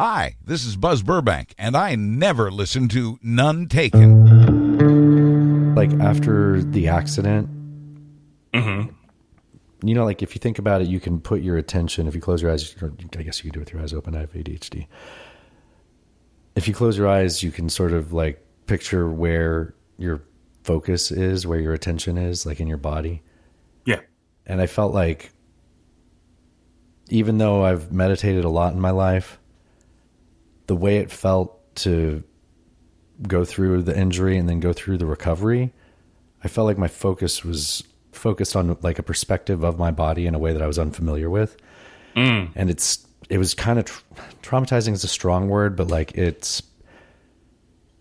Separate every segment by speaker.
Speaker 1: Hi, this is Buzz Burbank, and I never listen to None Taken.
Speaker 2: Like after the accident, you know, like if you think about it, you can put your attention, if you close your eyes, or I guess you can do it with your eyes open. I have ADHD. If you close your eyes, you can sort of like picture where your focus is, where your attention is, like in your body.
Speaker 3: Yeah.
Speaker 2: and I felt like even though I've meditated a lot in my life, the way it felt to go through the injury and then go through the recovery, I felt like my focus was focused on like a perspective of my body in a way that I was unfamiliar with. And it's it was kind of tr traumatizing is a strong word, but like it's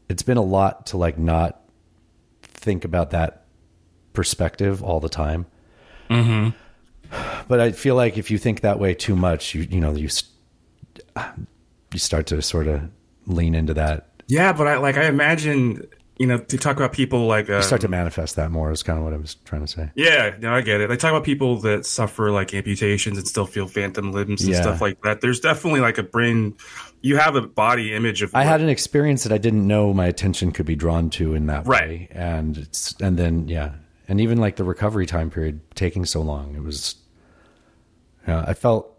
Speaker 2: it's been a lot to like not think about that perspective all the time but I feel like if you think that way too much, you you know you s- you start to sort of lean into that.
Speaker 3: Yeah, but I like I imagine you know to talk about people like uh,
Speaker 2: You start to manifest that more. Is kind of what I was trying to say.
Speaker 3: yeah, no, I get it. They talk about people that suffer like amputations and still feel phantom limbs and
Speaker 2: Yeah.
Speaker 3: stuff like that. There's definitely like a brain. You have a body image of.
Speaker 2: I
Speaker 3: what-
Speaker 2: had an experience that I didn't know my attention could be drawn to in that
Speaker 3: Right.
Speaker 2: way, and it's and then yeah, and even like the recovery time period taking so long, it was. Yeah, I felt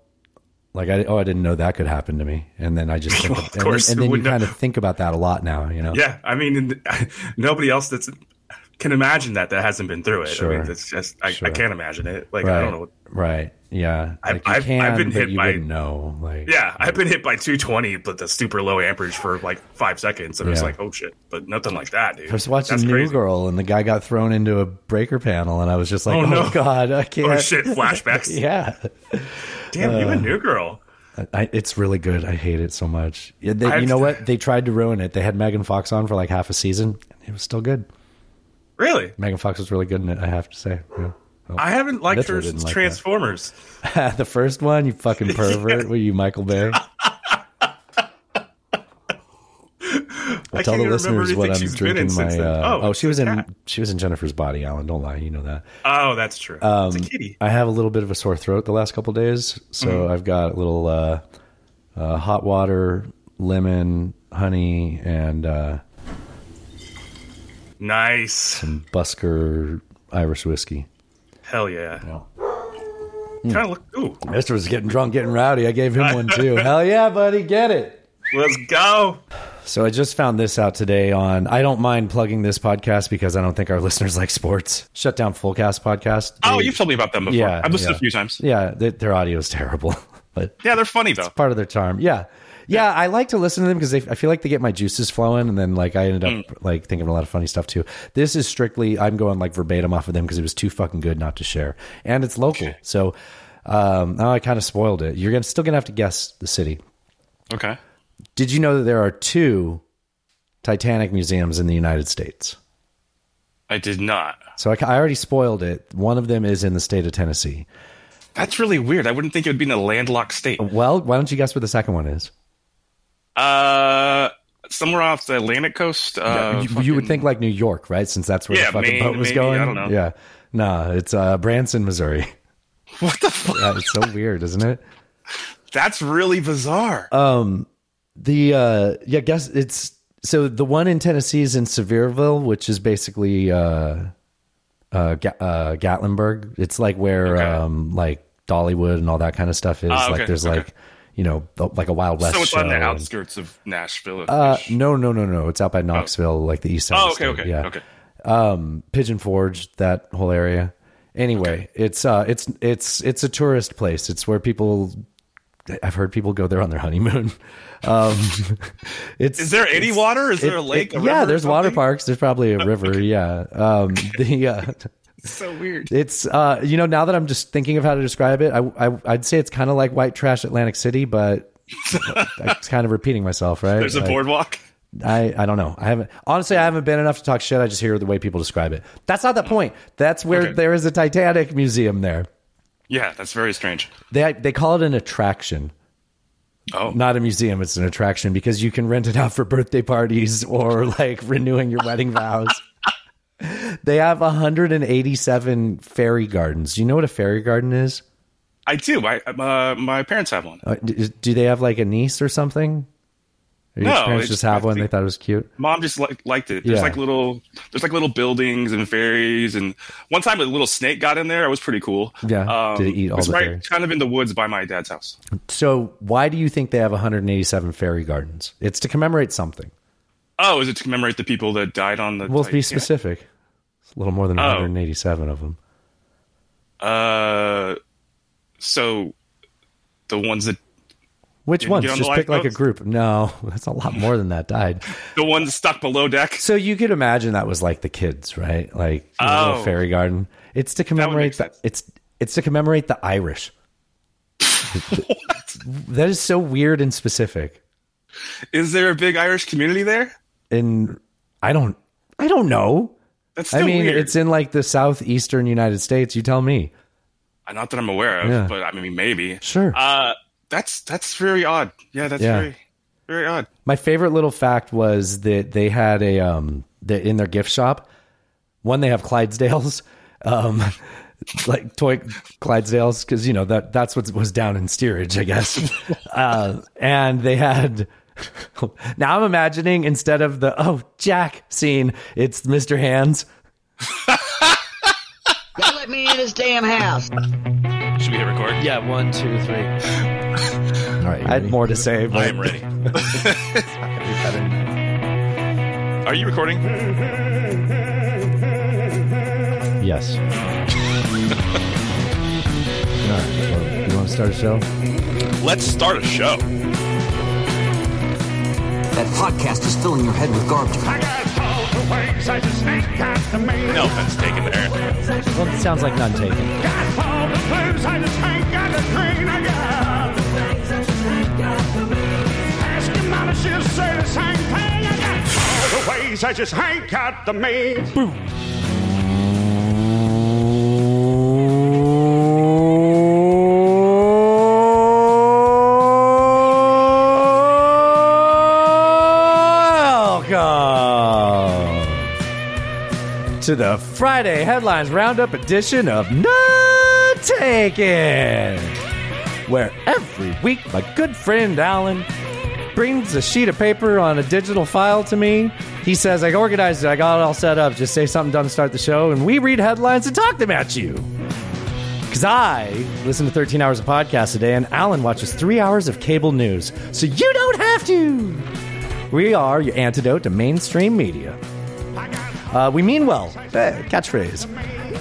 Speaker 2: like I oh I didn't know that could happen to me, and then I just think
Speaker 3: Well, of
Speaker 2: and
Speaker 3: course,
Speaker 2: then,
Speaker 3: who
Speaker 2: and then you
Speaker 3: would know?
Speaker 2: kind of think about that a lot now, you know.
Speaker 3: Yeah, I mean, and- nobody else that's can imagine that that hasn't been through it. I
Speaker 2: Sure.
Speaker 3: mean, it's just I,
Speaker 2: Sure.
Speaker 3: I can't imagine it. Like
Speaker 2: right,
Speaker 3: I don't know.
Speaker 2: right, yeah.
Speaker 3: I-
Speaker 2: you
Speaker 3: I've- I've been
Speaker 2: but
Speaker 3: hit
Speaker 2: you
Speaker 3: by-
Speaker 2: wouldn't know, like
Speaker 3: Yeah, I've been hit by 220, but the super low amperage for like five seconds. I'm just
Speaker 2: Yeah.
Speaker 3: like, oh shit, but nothing like that, dude.
Speaker 2: I was watching
Speaker 3: That's
Speaker 2: New
Speaker 3: crazy.
Speaker 2: Girl, and the guy got thrown into a breaker panel, and I was just like, "Oh,
Speaker 3: Oh, no.
Speaker 2: god, I can't!"
Speaker 3: Oh shit, flashbacks.
Speaker 2: Yeah,
Speaker 3: Damn, you a new girl.
Speaker 2: I, it's really good. I hate it so much. Yeah, they- you
Speaker 3: I've-
Speaker 2: know what? They tried to ruin it. They had Megan Fox on for like half a season, and it was still good.
Speaker 3: Really?
Speaker 2: Megan Fox was really good in it. I have to say, Yeah.
Speaker 3: I haven't liked
Speaker 2: Mithra
Speaker 3: her
Speaker 2: didn't
Speaker 3: since
Speaker 2: like that.
Speaker 3: Transformers.
Speaker 2: the first one, you fucking pervert, were you Michael Bay?
Speaker 3: I
Speaker 2: Tell
Speaker 3: can't
Speaker 2: the
Speaker 3: even remember
Speaker 2: listeners what
Speaker 3: anything
Speaker 2: I'm
Speaker 3: she's been in
Speaker 2: drinking.
Speaker 3: since
Speaker 2: My
Speaker 3: then.
Speaker 2: uh,
Speaker 3: oh,
Speaker 2: oh, she was in
Speaker 3: cat.
Speaker 2: she was in Jennifer's Body, Alan. Don't lie, you know that.
Speaker 3: Oh, that's true.
Speaker 2: um,
Speaker 3: it's a kitty.
Speaker 2: I have a little bit of a sore throat the last couple days, so
Speaker 3: Mm-hmm.
Speaker 2: I've got a little uh, uh, hot water, lemon, honey, and uh,
Speaker 3: Nice.
Speaker 2: Busker Irish whiskey.
Speaker 3: Hell yeah. Kind
Speaker 2: Hmm.
Speaker 3: of look. Ooh,
Speaker 2: Mister was getting drunk, getting rowdy. I gave him one too. Hell yeah, buddy, get it.
Speaker 3: let's go.
Speaker 2: So I just found this out today on I don't mind plugging this podcast because I don't think our listeners like sports. Shut down Fullcast podcast.
Speaker 4: Oh,
Speaker 2: They-
Speaker 4: you've told me about them before.
Speaker 2: Yeah,
Speaker 4: I've listened
Speaker 2: yeah.
Speaker 4: a few times.
Speaker 2: yeah, they, their audio is terrible, but
Speaker 4: Yeah, they're funny though.
Speaker 2: part of their charm. Yeah. Yeah, I like to listen to them because they, I feel like they get my juices flowing, and then like I ended up like thinking of a lot of funny stuff too. This is strictly I'm going like verbatim off of them because it was too fucking good not to share, and it's local. So um, now I kind of spoiled it. You're gonna, still gonna have to guess the city.
Speaker 4: Okay.
Speaker 2: Did you know that there are two Titanic museums in the United States?
Speaker 4: I did not.
Speaker 2: So I, ca- I already spoiled it. One of them is in the state of Tennessee.
Speaker 4: That's really weird. I wouldn't think it would be in a landlocked state.
Speaker 2: Well, why don't you guess what the second one is?
Speaker 4: Uh, somewhere off the Atlantic coast. Uh,
Speaker 2: you, you would think like New York, right? Since that's where
Speaker 4: Yeah,
Speaker 2: the fucking
Speaker 4: Maine,
Speaker 2: boat was
Speaker 4: maybe,
Speaker 2: going.
Speaker 4: I don't know.
Speaker 2: Yeah. No, it's uh, Branson, Missouri.
Speaker 4: what the fuck?
Speaker 2: Yeah, it's so weird, isn't it?
Speaker 4: That's really bizarre.
Speaker 2: Uh, The uh, yeah, guess it's so the one in Tennessee is in Sevierville, which is basically uh, uh, Ga- uh, Gatlinburg. It's like where um, like Dollywood and all that kind of stuff is.
Speaker 4: Ah, okay,
Speaker 2: Like there's
Speaker 4: okay.
Speaker 2: like you know the- like a Wild West.
Speaker 4: so it's on
Speaker 2: show
Speaker 4: the
Speaker 2: and-
Speaker 4: outskirts of Nashville.
Speaker 2: Uh, no, no, no, no. It's out by Knoxville, like the east side.
Speaker 4: oh,
Speaker 2: of the
Speaker 4: okay,
Speaker 2: state.
Speaker 4: okay,
Speaker 2: yeah.
Speaker 4: okay.
Speaker 2: Pigeon Forge, that whole area. Anyway, it's uh, it's it's it's a tourist place. It's where people. I've heard people go there on their honeymoon. Um, it's
Speaker 4: Is there any
Speaker 2: it's-
Speaker 4: water? Is
Speaker 2: it-
Speaker 4: there a lake?
Speaker 2: it-
Speaker 4: a
Speaker 2: yeah,
Speaker 4: river,
Speaker 2: there's water
Speaker 4: something?
Speaker 2: parks. There's probably a river. Yeah. Um, the uh,
Speaker 4: It's so weird.
Speaker 2: it's uh, you know now that I'm just thinking of how to describe it, I, I I'd say it's kind of like white trash Atlantic City, but. I'm kind of repeating myself, right?
Speaker 4: There's a
Speaker 2: Like-
Speaker 4: boardwalk.
Speaker 2: I, I don't know. I haven't honestly. I haven't been enough to talk shit. I just hear the way people describe it. That's not the point. That's where
Speaker 4: Okay.
Speaker 2: there is a Titanic museum. There,
Speaker 4: Yeah, that's very strange.
Speaker 2: they they call it an attraction,
Speaker 4: Oh,
Speaker 2: not a museum. It's an attraction because you can rent it out for birthday parties or like renewing your wedding vows. They have 187 fairy gardens. Do you know what a fairy garden is?
Speaker 4: I do. I, uh, my parents have one.
Speaker 2: Uh, d- do they have like a niece or something? Or your
Speaker 4: No,
Speaker 2: parents
Speaker 4: it's-
Speaker 2: just have
Speaker 4: I
Speaker 2: one. They
Speaker 4: think-
Speaker 2: thought it was cute.
Speaker 4: Mom just like liked it. There's
Speaker 2: Yeah.
Speaker 4: like little, there's like little buildings and fairies. And one time a little snake got in there. It was pretty cool. Um,
Speaker 2: Yeah. Did it eat all
Speaker 4: was
Speaker 2: the
Speaker 4: right,
Speaker 2: fairies?
Speaker 4: kind of in the woods by my dad's house.
Speaker 2: So why do you think they have 187 fairy gardens? It's to commemorate something.
Speaker 4: Oh, is it to commemorate the people that died on the?
Speaker 2: Well,
Speaker 4: Titan-
Speaker 2: be specific. It's a little more
Speaker 4: Oh.
Speaker 2: than 187 of them.
Speaker 4: Uh, so the ones that
Speaker 2: Which
Speaker 4: Didn't
Speaker 2: ones?
Speaker 4: get on the
Speaker 2: Just pick like a
Speaker 4: lifeboats?
Speaker 2: group. No, that's a lot more than that died.
Speaker 4: the ones stuck below deck.
Speaker 2: So you could imagine that was like the kids, right? Like a little
Speaker 4: Oh.
Speaker 2: fairy garden. It's to commemorate the,
Speaker 4: sense.
Speaker 2: it's it's to commemorate the Irish. That is so weird and specific.
Speaker 4: Is there a big Irish community there?
Speaker 2: And I don't I don't know.
Speaker 4: That's still
Speaker 2: I mean,
Speaker 4: weird.
Speaker 2: it's in like the southeastern United States. You tell me.
Speaker 4: Not that I'm aware of,
Speaker 2: Yeah.
Speaker 4: but I mean, maybe.
Speaker 2: Sure.
Speaker 4: Uh, that's that's very odd. Yeah, that's
Speaker 2: Yeah.
Speaker 4: very very odd.
Speaker 2: My favorite little fact was that they had a um that in their gift shop, one they have Clydesdales, um like toy Clydesdales because you know that that's what was down in steerage, I guess. uh, and they had. Now I'm imagining instead of the oh Jack scene, it's Mr. Hands.
Speaker 5: Don't let me in this damn house.
Speaker 4: Should we hit record?
Speaker 2: Yeah, one, two, three. All right, I had more to say, but
Speaker 4: I am ready. Are you recording?
Speaker 2: Yes. All right. Well, you want to start a show?
Speaker 4: Let's start a show.
Speaker 6: That podcast is filling your head with garbage.
Speaker 7: I got balls to wings as a snake got the man.
Speaker 4: No offense taken there.
Speaker 2: Well, it sounds like none taken.
Speaker 7: Got all the blues as a snake got the green. I got Ask your mama, she'll say the same thing. I got all the ways I just ain't got the means.
Speaker 2: Welcome to the Friday Headlines Roundup edition of None Taken, where every week my good friend Alan brings a sheet of paper on a digital file to me. He says, I organized it, I got it all set up, just say something dumb to start the show, and we read headlines and talk them at you. Because I listen to 13 hours of podcasts a day, and Alan watches three hours of cable news, so you don't have to. We are your antidote to mainstream media. Uh, we mean well. Eh, catchphrase.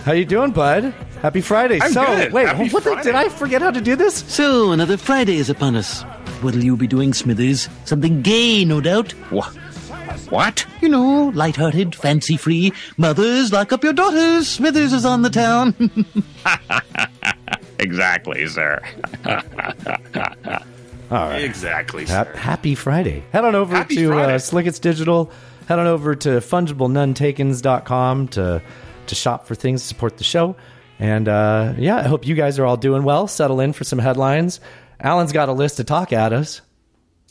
Speaker 2: How you doing, bud? Happy Friday.
Speaker 4: I'm
Speaker 2: so
Speaker 4: good.
Speaker 2: wait,
Speaker 4: Happy
Speaker 2: what the,
Speaker 4: Friday.
Speaker 2: did I forget how to do this?
Speaker 8: So, another Friday is upon us. What'll you be doing, Smithers? Something gay, no doubt.
Speaker 4: What?
Speaker 8: You know, light-hearted, fancy-free. Mothers, lock up your daughters. Smithers is on the town.
Speaker 4: Exactly, sir.
Speaker 2: All right.
Speaker 4: Exactly,
Speaker 2: Ha-
Speaker 4: sir.
Speaker 2: Uh, Happy Friday. Head on over
Speaker 4: Happy
Speaker 2: to uh,
Speaker 4: Friday.
Speaker 2: Slickets Digital. Head on over to fungiblenuntakens.com to to shop for things, support the show. And uh, yeah, I hope you guys are all doing well. Settle in for some headlines. Alan's got a list to talk at us.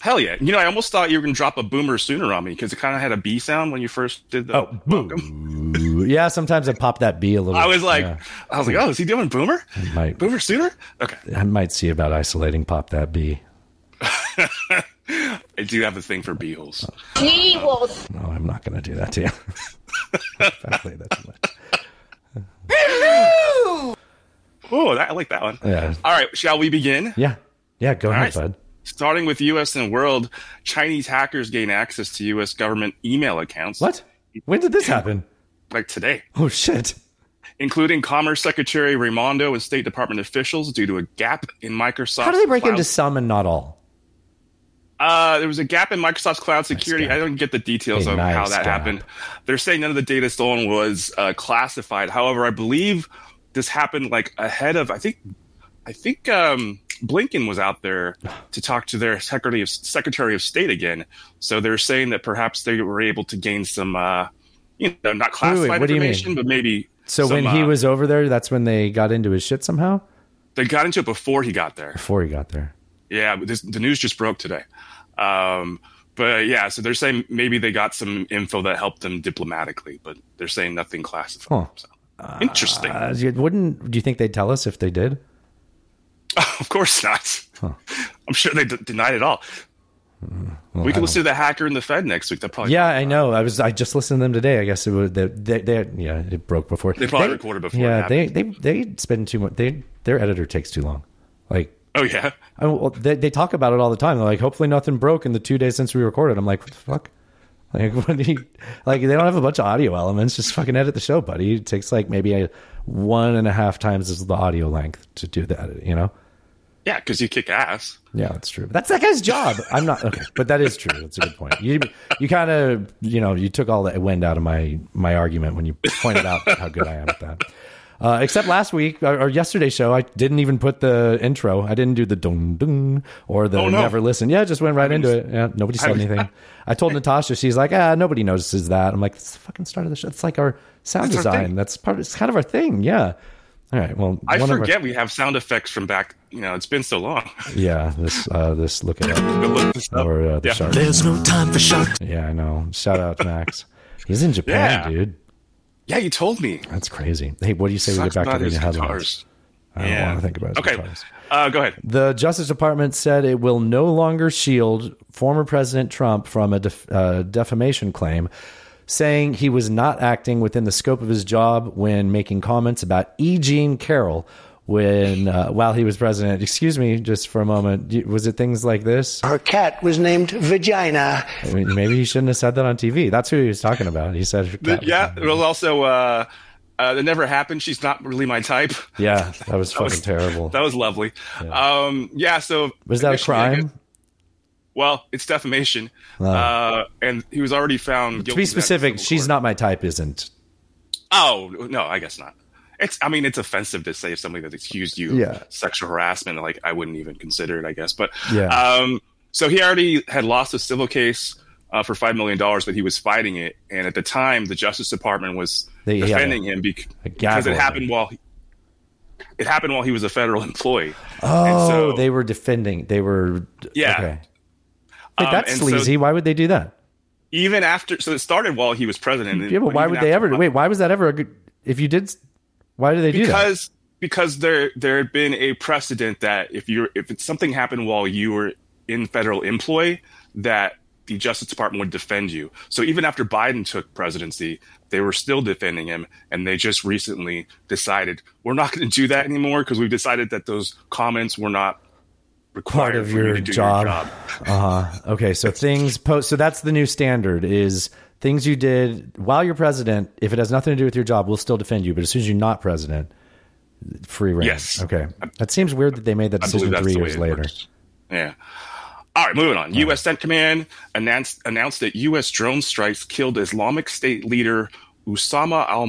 Speaker 4: Hell yeah. You know, I almost thought you were going to drop a boomer sooner on me because it kind of had a B sound when you first did the. Oh, boom.
Speaker 2: Yeah, sometimes I pop that B a little.
Speaker 4: I was like,
Speaker 2: yeah,
Speaker 4: I was like, oh, is he doing boomer?
Speaker 2: might,
Speaker 4: Boomer sooner? Okay.
Speaker 2: I might see about isolating pop that B.
Speaker 4: I do have a thing for bee holes.
Speaker 5: He will
Speaker 2: No, I'm not going to do that to you. if I play that too much.
Speaker 4: Oh, that, I like that one.
Speaker 2: Yeah.
Speaker 4: All right. Shall we begin?
Speaker 2: Yeah, yeah. Go ahead,
Speaker 4: right.
Speaker 2: bud.
Speaker 4: Starting with U.S. and world, Chinese hackers gain access to U.S. government email accounts.
Speaker 2: What? When did this happen?
Speaker 4: Like today,
Speaker 2: Oh shit!
Speaker 4: including Commerce Secretary Raimondo and State Department officials due to a gap in Microsoft.
Speaker 2: How do they break
Speaker 4: cloud-
Speaker 2: into some and not all?
Speaker 4: Uh, there was a gap in Microsoft's cloud security.
Speaker 2: gap.
Speaker 4: I don't get the details
Speaker 2: A
Speaker 4: of how
Speaker 2: nice
Speaker 4: that
Speaker 2: gap.
Speaker 4: happened. They're saying none of the data stolen was uh, classified. However, I believe this happened like ahead of. I think, I think um, Blinken was out there to talk to their secretary of Secretary of State again. So they're saying that perhaps they were able to gain some, uh, you know, not
Speaker 2: wait,
Speaker 4: classified
Speaker 2: what do you mean?
Speaker 4: information, but maybe.
Speaker 2: So
Speaker 4: some,
Speaker 2: when he
Speaker 4: uh,
Speaker 2: was over there, that's when they got into his shit somehow.
Speaker 4: they got into it before he got there.
Speaker 2: Before he got there,
Speaker 4: Yeah, but this, the news just broke today. Um, but yeah, so they're saying maybe they got some info that helped them diplomatically, but they're saying nothing
Speaker 2: Huh.
Speaker 4: classified. So, interesting.
Speaker 2: uh, you- wouldn't do you think they'd tell us if they did?
Speaker 4: of course not. I'm sure they d- denied it all.
Speaker 2: Hmm,
Speaker 4: we can listen to the hacker and the Fed next week. That probably
Speaker 2: Yeah, I know. I was. I just listened to them today. I guess it would. They, they, they yeah, it broke before.
Speaker 4: They probably recorded before it
Speaker 2: Yeah, they,
Speaker 4: happened.
Speaker 2: they they spend too much. They their editor takes too long. Like,
Speaker 4: Oh yeah,
Speaker 2: I, well, they they talk about it all the time. They're like, hopefully nothing broke in the two days since we recorded. I'm like, what the fuck? Like, what do you, like they don't have a bunch of audio elements. Just fucking edit the show, buddy. It takes like maybe a one and a half times as the audio length to do the edit. You know.
Speaker 4: yeah, because you kick ass.
Speaker 2: Yeah, that's true. That's that guy's job. I'm not okay, but that is true. That's a good point. You you kind of you know you took all the wind out of my my argument when you pointed out how good I am at that. Uh, except last week or, or yesterday's show, I didn't even put the intro. I didn't do the dung dung or the
Speaker 4: Oh, no.
Speaker 2: never listen. Yeah, I just went right into it. Yeah, nobody said
Speaker 4: I-
Speaker 2: anything. I told Natasha, she's like, ah, nobody notices that. I'm like, it's the fucking start of the show. It's like our sound
Speaker 4: It's our
Speaker 2: design.
Speaker 4: thing.
Speaker 2: That's part. Of, it's kind of our thing. Yeah. All right. Well,
Speaker 4: I
Speaker 2: one of our-
Speaker 4: forget we have sound effects from back. You know, it's been so long.
Speaker 2: yeah. This uh, this look it up.
Speaker 4: Go look this up.
Speaker 2: Or uh, the
Speaker 4: Oh, Yeah.
Speaker 2: shark.
Speaker 8: There's no time for shark.
Speaker 2: Yeah, I know. Shout out to Max. He's in Japan,
Speaker 4: Yeah.
Speaker 2: dude.
Speaker 4: yeah, you told me.
Speaker 2: That's crazy. Hey, what do you say we
Speaker 4: Sucks
Speaker 2: get back
Speaker 4: about
Speaker 2: to
Speaker 4: his
Speaker 2: reading headlines?
Speaker 4: guitars.
Speaker 2: I don't
Speaker 4: Yeah.
Speaker 2: want to think about his
Speaker 4: Okay,
Speaker 2: guitars.
Speaker 4: uh, go ahead.
Speaker 2: The Justice Department said it will no longer shield former President Trump from a def- uh, defamation claim, saying he was not acting within the scope of his job when making comments about E. Jean Carroll when uh, while he was president. Excuse me, just for a moment. Y- Was it things like this?
Speaker 9: Her cat was named Vagina.
Speaker 2: I mean, maybe he shouldn't have said that on TV. That's who he was talking about. He said,
Speaker 4: yeah, well, also, uh, uh, that never happened. She's not really my type.
Speaker 2: Yeah, that was fucking
Speaker 4: was-
Speaker 2: terrible.
Speaker 4: That was lovely. Yeah. Um, yeah. So
Speaker 2: was that a
Speaker 4: initially, I guess-
Speaker 2: crime? Oh.
Speaker 4: Well, it's defamation, uh, and he was already found.
Speaker 2: To
Speaker 4: guilty
Speaker 2: be
Speaker 4: of that in
Speaker 2: specific,
Speaker 4: civil
Speaker 2: she's
Speaker 4: court.
Speaker 2: not my type. Isn't?
Speaker 4: Oh no, I guess not. It's. I mean, it's offensive to say if somebody that accused you
Speaker 2: Yeah.
Speaker 4: of sexual harassment. Like I wouldn't even consider it. I guess, but
Speaker 2: Yeah.
Speaker 4: Um, so he already had lost a civil case uh, for five million dollars, but he was fighting it, and at the time, the Justice Department was
Speaker 2: They- yeah,
Speaker 4: defending him bec-
Speaker 2: a
Speaker 4: because
Speaker 2: gavel.
Speaker 4: it happened while he, it happened while he was a federal employee.
Speaker 2: Oh,
Speaker 4: and so,
Speaker 2: they were defending. They were.
Speaker 4: Yeah.
Speaker 2: Okay.
Speaker 4: Um,
Speaker 2: But that's
Speaker 4: and so-
Speaker 2: sleazy. why would they do that?
Speaker 4: even after. So it started while he was president. and
Speaker 2: Yeah, but why
Speaker 4: even
Speaker 2: would they
Speaker 4: after-
Speaker 2: ever? Wait, why was that ever a good? If you did, why did they do that?
Speaker 4: because because there there had been a precedent that if you're if it's something happened while you were in federal employ that the Justice Department would defend you. So even after Biden took presidency, they were still defending him, and they just recently decided we're not going to do that anymore because we've decided that those comments were not required
Speaker 2: Part of
Speaker 4: for you
Speaker 2: your
Speaker 4: to do
Speaker 2: job.
Speaker 4: Your job.
Speaker 2: Okay, so things post. So that's the new standard: is things you did while you're president. If it has nothing to do with your job, we'll still defend you. But as soon as you're not president, free reign.
Speaker 4: Yes.
Speaker 2: Okay. That seems weird that they made that
Speaker 4: I
Speaker 2: decision
Speaker 4: believe that's
Speaker 2: three
Speaker 4: the way
Speaker 2: years
Speaker 4: it
Speaker 2: later.
Speaker 4: works. Yeah. All right, moving on. U.S. Sent Command announced announced that U.S. drone strikes killed Islamic State leader Usama al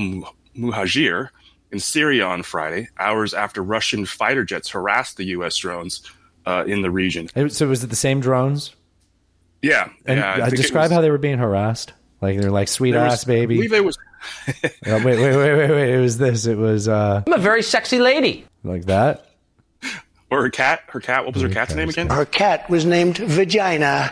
Speaker 4: Muhajir in Syria on Friday, hours after Russian fighter jets harassed the U.S. drones uh, in the region.
Speaker 2: It- So was it the same drones?
Speaker 4: Yeah,
Speaker 2: And
Speaker 4: yeah, I
Speaker 2: uh,
Speaker 4: think it
Speaker 2: describe
Speaker 4: was-
Speaker 2: how they were being harassed. Like they're like sweet
Speaker 4: there was-
Speaker 2: ass baby.
Speaker 4: I believe it was
Speaker 2: Uh, wait, wait, wait, wait, wait. It was this. It was uh
Speaker 6: I'm a very sexy lady.
Speaker 2: like that.
Speaker 4: or her cat. Her cat. What was her cat's name again?
Speaker 9: Her cat was named Vagina.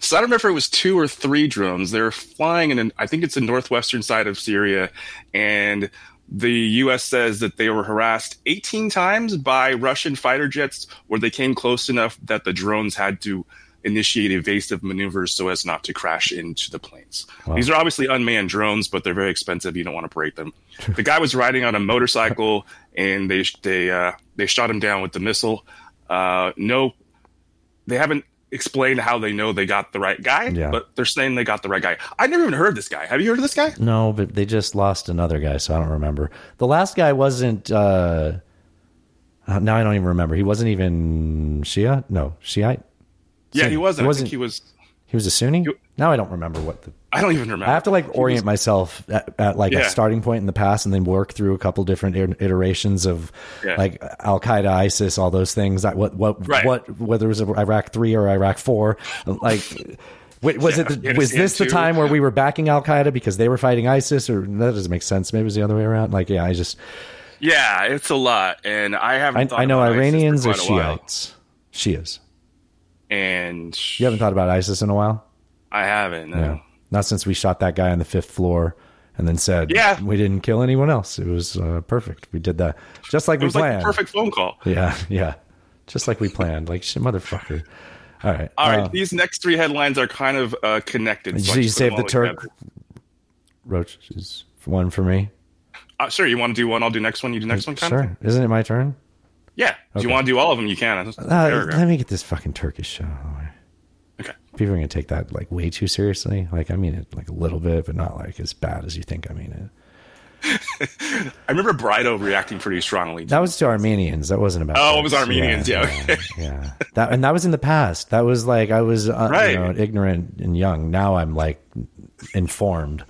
Speaker 4: So I don't remember if it was two or three drones. They're flying in, an, I think it's the northwestern side of Syria, and the U.S. says that they were harassed 18 times by Russian fighter jets, where they came close enough that the drones had to initiate evasive maneuvers so as not to crash into the planes. These are obviously unmanned drones, but they're very expensive. You don't want to break them. the guy was riding on a motorcycle, and they they uh, they shot him down with the missile. Uh, no they haven't explained how they know they got the right guy,
Speaker 2: Yeah.
Speaker 4: but they're saying they got the right guy. I never even heard this guy. Have you heard of this guy?
Speaker 2: No, but they just lost another guy, so I don't remember. The last guy wasn't. uh uh, Now I don't even remember. He wasn't even Shia. No, Shiite.
Speaker 4: Yeah, he wasn't.
Speaker 2: wasn't-
Speaker 4: I think he was.
Speaker 2: He was a Sunni. Now I don't remember what the.
Speaker 4: I don't even remember.
Speaker 2: I have to like orient myself at, at like
Speaker 4: Yeah.
Speaker 2: a starting point in the past, and then work through a couple different iter- iterations of
Speaker 4: Yeah.
Speaker 2: like Al Qaeda, ISIS, all those things. I, what what
Speaker 4: Right.
Speaker 2: what whether it was Iraq three or Iraq four, like. Wait, was
Speaker 4: Yeah,
Speaker 2: it the,
Speaker 4: Afghanistan
Speaker 2: was this the
Speaker 4: too.
Speaker 2: time where we were backing Al Qaeda because they were fighting ISIS, or that doesn't make sense? Maybe it was the other way around. Like, yeah, I just
Speaker 4: yeah, it's a lot, and
Speaker 2: I,
Speaker 4: I haven't.
Speaker 2: I know Iranians are
Speaker 4: are Shiite,
Speaker 2: Shiites, Shias.
Speaker 4: and
Speaker 2: You haven't thought about ISIS in a while.
Speaker 4: I haven't. No.
Speaker 2: Not since we shot that guy on the fifth floor and then said,
Speaker 4: Yeah.
Speaker 2: we didn't kill anyone else. It was uh, perfect. We did that just like
Speaker 4: It
Speaker 2: we
Speaker 4: was like
Speaker 2: planned.
Speaker 4: the perfect phone call.
Speaker 2: Yeah, yeah, just like we planned. Like shit, motherfucker. All right,
Speaker 4: All right,
Speaker 2: Uh,
Speaker 4: these next three headlines are kind of uh, connected.
Speaker 2: did
Speaker 4: so I
Speaker 2: you
Speaker 4: just put
Speaker 2: save
Speaker 4: them
Speaker 2: the
Speaker 4: all
Speaker 2: Turk?
Speaker 4: together.
Speaker 2: Roach is one for me.
Speaker 4: Uh, sure, you want to do one? I'll do next one. You do next one, kind of
Speaker 2: Mm, Sure, isn't it my turn?
Speaker 4: Yeah. Do you want to do all of them? You can. It's just a
Speaker 2: Uh,
Speaker 4: paragraph.
Speaker 2: let me get this fucking Turkish shit out of the way.
Speaker 4: Okay.
Speaker 2: People are gonna take that like way too seriously. Like I mean it like a little bit, but not like as bad as you think I mean it.
Speaker 4: I remember Brido reacting pretty strongly.
Speaker 2: That was to Armenians. That wasn't about.
Speaker 4: Oh, it was
Speaker 2: Turks.
Speaker 4: Armenians. Yeah, okay.
Speaker 2: yeah, yeah. That and that was in the past. That was like I was uh,
Speaker 4: Right.
Speaker 2: you know, ignorant and young. Now I'm like informed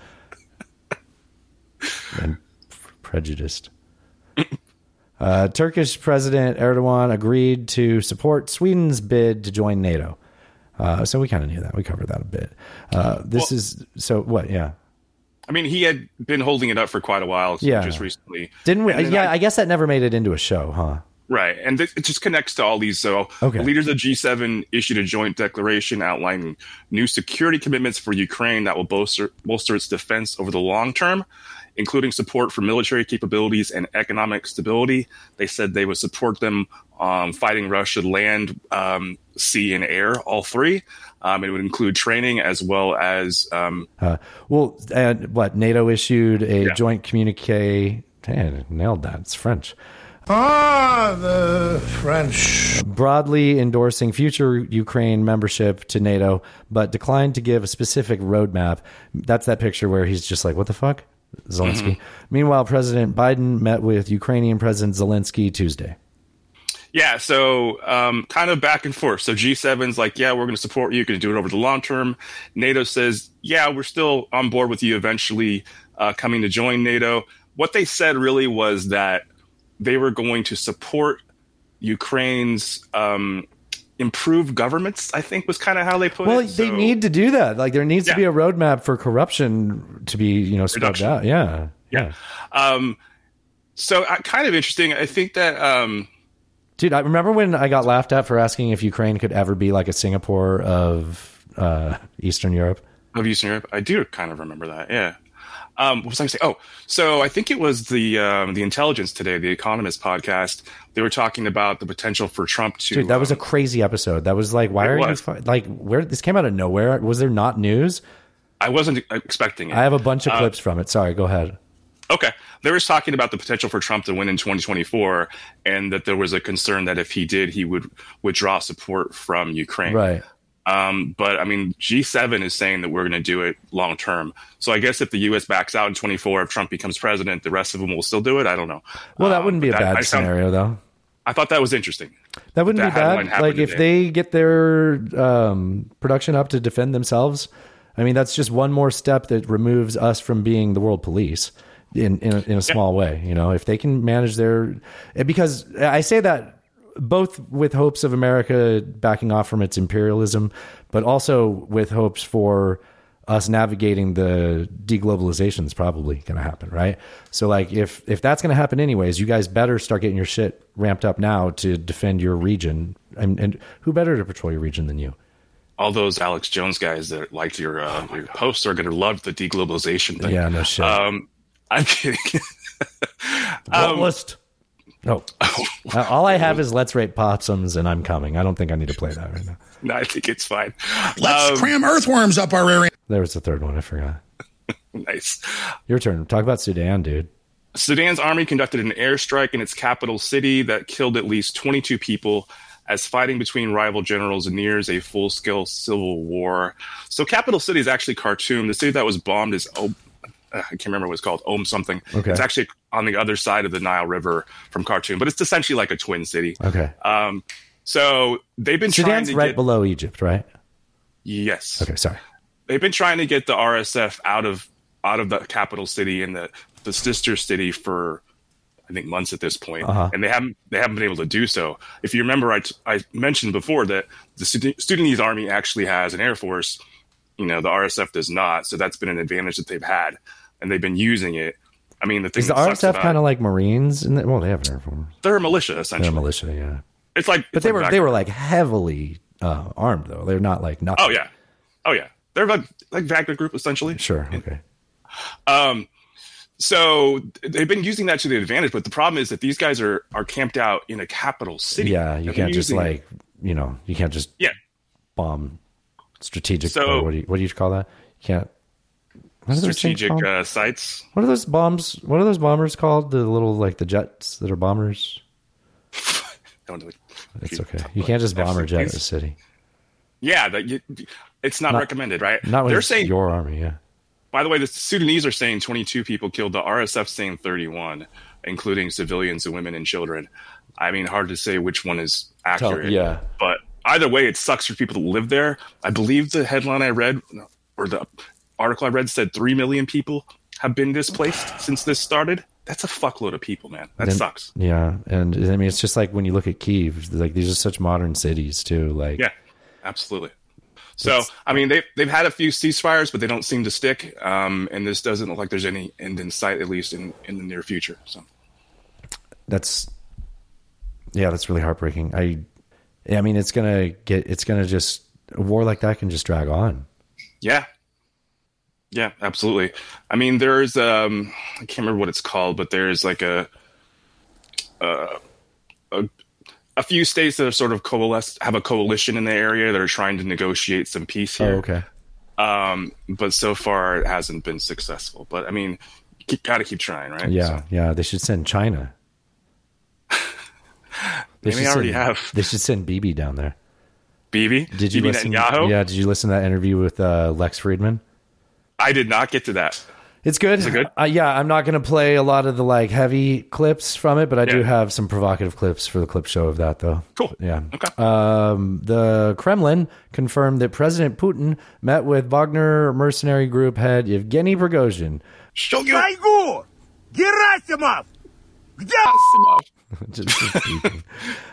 Speaker 2: and f- prejudiced. Uh, Turkish President Erdogan agreed to support Sweden's bid to join NATO. Uh, so we kind of knew that. We covered that a bit. Uh, this is so what? Yeah.
Speaker 4: I mean, he had been holding it up for quite a while.
Speaker 2: Yeah.
Speaker 4: Just recently.
Speaker 2: Didn't we?
Speaker 4: And then
Speaker 2: Yeah,
Speaker 4: I-
Speaker 2: I guess that never made it into a show, huh?
Speaker 4: Right, and th- it just connects to all these. So,
Speaker 2: Okay.
Speaker 4: the leaders of G7 issued a joint declaration outlining new security commitments for Ukraine that will bolster bolster its defense over the long term, including support for military capabilities and economic stability. They said they would support them um, fighting Russia land, um, sea, and air, all three. Um, it would include training as well as um,
Speaker 2: Well, and what NATO issued a joint communique. Damn, nailed that. It's French.
Speaker 7: Ah, the French.
Speaker 2: Broadly endorsing future Ukraine membership to NATO, but declined to give a specific roadmap. That's that picture where he's just like, what the fuck? Zelensky.
Speaker 4: Mm-hmm.
Speaker 2: Meanwhile, President Biden met with Ukrainian President Zelensky Tuesday.
Speaker 4: Yeah, so um, kind of back and forth. So G7's like, yeah, we're going to support you, going to do it over the long term. NATO says, yeah, we're still on board with you eventually uh, coming to join NATO. What they said really was that they were going to support Ukraine's um, improved governments, I think was kind of how they put it.
Speaker 2: Well, they
Speaker 4: So-
Speaker 2: need to do that. Like, there needs to
Speaker 4: Yeah.
Speaker 2: be a roadmap for corruption to be, you know, scrubbed
Speaker 4: Reduction.
Speaker 2: out. Yeah.
Speaker 4: Yeah. Um, so uh, kind of interesting. I think that. Um,
Speaker 2: Dude, I remember when I got laughed at for asking if Ukraine could ever be like a Singapore of uh, Eastern Europe.
Speaker 4: of Eastern Europe. I do kind of remember that. Yeah. Um, what was I going to say? Oh, so I think it was the um, the intelligence today, the Economist podcast. They were talking about the potential for Trump to.
Speaker 2: Dude, that was a
Speaker 4: um,
Speaker 2: crazy episode. That was like, why are you
Speaker 4: was.
Speaker 2: fi- like where this came out of nowhere? Was there not news?
Speaker 4: I wasn't expecting it.
Speaker 2: I have a bunch
Speaker 4: Uh,
Speaker 2: of clips from it. Sorry, go ahead.
Speaker 4: Okay. There was talking about the potential for Trump to win in 2024 and that there was a concern that if he did, he would withdraw support from Ukraine.
Speaker 2: Right.
Speaker 4: Um, but I mean, G7 is saying that we're going to do it long term. So I guess if the U.S. backs out in 24, if Trump becomes president, the rest of them will still do it. I don't know.
Speaker 2: Well, that
Speaker 4: Um,
Speaker 2: wouldn't be a
Speaker 4: but that-
Speaker 2: bad
Speaker 4: I sound-
Speaker 2: scenario though.
Speaker 4: I thought that was interesting.
Speaker 2: That wouldn't
Speaker 4: that
Speaker 2: be
Speaker 4: headline
Speaker 2: bad.
Speaker 4: happened
Speaker 2: Like if
Speaker 4: today.
Speaker 2: they get their um, production up to defend themselves, I mean that's just one more step that removes us from being the world police in in a, in a small way. You know, if they can manage their because I say that both with hopes of America backing off from its imperialism, but also with hopes for us navigating the deglobalization is probably going to happen, right? So like if if that's going to happen anyways, you guys better start getting your shit ramped up now to defend your region. And, and who better to patrol your region than you?
Speaker 4: all those Alex Jones guys that liked your uh, your posts are going to love the deglobalization thing.
Speaker 2: Yeah, no shit.
Speaker 4: Um, I'm kidding.
Speaker 2: list? No. Uh, all I have is let's rate possums and I'm coming. I don't think I need to play that right now.
Speaker 4: no, I think it's fine. Um,
Speaker 10: Let's cram earthworms up our area.
Speaker 2: There was the third one I forgot.
Speaker 4: Nice.
Speaker 2: Your turn. Talk about Sudan, dude.
Speaker 4: Sudan's army conducted an airstrike in its capital city that killed at least 22 people as fighting between rival generals nears a full scale civil war. So, capital city is actually Khartoum. The city that was bombed is, oh, I can't remember what it's called, Om something.
Speaker 2: Okay.
Speaker 4: It's actually on the other side of the Nile River from Khartoum, but it's essentially like a twin city.
Speaker 2: Okay.
Speaker 4: Um, so they've been trying
Speaker 2: Sudan's
Speaker 4: to
Speaker 2: right
Speaker 4: get,
Speaker 2: below Egypt, right?
Speaker 4: yes,
Speaker 2: Okay, sorry.
Speaker 4: they've been trying to get the RSF out of out of the capital city and the the sister city for I think months at this point,
Speaker 2: Uh-huh.
Speaker 4: and they haven't they haven't been able to do so. If you remember, I t- I mentioned before that the Sudan- Sudanese army actually has an air force. You know, the RSF does not, so that's been an advantage that they've had, and they've been using it. I mean, the thing
Speaker 2: Is the
Speaker 4: that sucks
Speaker 2: RSF
Speaker 4: about
Speaker 2: kind
Speaker 4: it-
Speaker 2: of like Marines? And well, they have an air force.
Speaker 4: they're a militia
Speaker 2: They're
Speaker 4: essentially.
Speaker 2: a militia, yeah.
Speaker 4: It's like,
Speaker 2: But they were they were like heavily uh, armed though. They're not like nothing.
Speaker 4: oh yeah, oh yeah, they're like like Wagner Group essentially.
Speaker 2: Sure. Okay.
Speaker 4: Um, So they've been using that to the advantage, but the problem is that these guys are are camped out in a capital city.
Speaker 2: Yeah, you
Speaker 4: They're
Speaker 2: can't just
Speaker 4: using-
Speaker 2: like you know you can't just
Speaker 4: yeah.
Speaker 2: bomb strategic.
Speaker 4: So-
Speaker 2: or what do you what do you call that? You can't. What are those things
Speaker 4: strategic
Speaker 2: called?
Speaker 4: uh, sites.
Speaker 2: what are those bombs? What are those bombers called? The little like the jets that are bombers.
Speaker 4: I don't know.
Speaker 2: It's okay. You can't just bomber jet a city.
Speaker 4: Yeah, that you, it's not, recommended, right?
Speaker 2: Not when
Speaker 4: They're
Speaker 2: it's
Speaker 4: saying.
Speaker 2: your army. Yeah.
Speaker 4: By the way, the Sudanese are saying 22 people killed. The RSF saying 31, including civilians and women and children. I mean, hard to say which one is
Speaker 2: Tell-
Speaker 4: accurate.
Speaker 2: yeah.
Speaker 4: But either way, it sucks for people to live there. I believe the headline I read or the article I read said 3 million people have been displaced since this started. That's a fuckload of people, man. That
Speaker 2: Then-
Speaker 4: sucks.
Speaker 2: Yeah, and I mean it's just like when you look at Kiev, like these are such modern cities too. Like
Speaker 4: Yeah, absolutely. So, I mean, they've, they've had a few ceasefires, but they don't seem to stick. Um, and this doesn't look like there's any end in sight, at least in, in the near future. So,
Speaker 2: that's yeah, that's really heartbreaking. I yeah, I mean it's gonna get it's gonna just a war like that can just drag on.
Speaker 4: yeah. Yeah, absolutely. I mean, there's, um, I can't remember what it's called, but there's like a, uh, a, a few states that are sort of coalesced, have a coalition in the area that are trying to negotiate some peace
Speaker 2: Oh,
Speaker 4: here. Um, but so far it hasn't been successful. But I mean, you gotta keep trying, right? So-
Speaker 2: Yeah, yeah. They should send China.
Speaker 4: They may
Speaker 2: should
Speaker 4: already
Speaker 2: send-
Speaker 4: have.
Speaker 2: They should send BB down there.
Speaker 4: BB?
Speaker 2: Did you
Speaker 4: BB
Speaker 2: listen?
Speaker 4: Netanyahu?
Speaker 2: Yeah, did you listen to that interview with uh, Lex Friedman?
Speaker 4: I did not get to that.
Speaker 2: It's good.
Speaker 4: it good?
Speaker 2: Uh, yeah, I'm not going to play a lot of the like heavy clips from it, but I do
Speaker 4: Yeah.
Speaker 2: have some provocative clips for the clip show of that, though.
Speaker 4: Cool.
Speaker 2: Yeah.
Speaker 4: Okay.
Speaker 2: Um, the Kremlin confirmed that President Putin met with Wagner mercenary group head Evgeny Prigozhin.
Speaker 7: Шойгу! Герасимов! Где?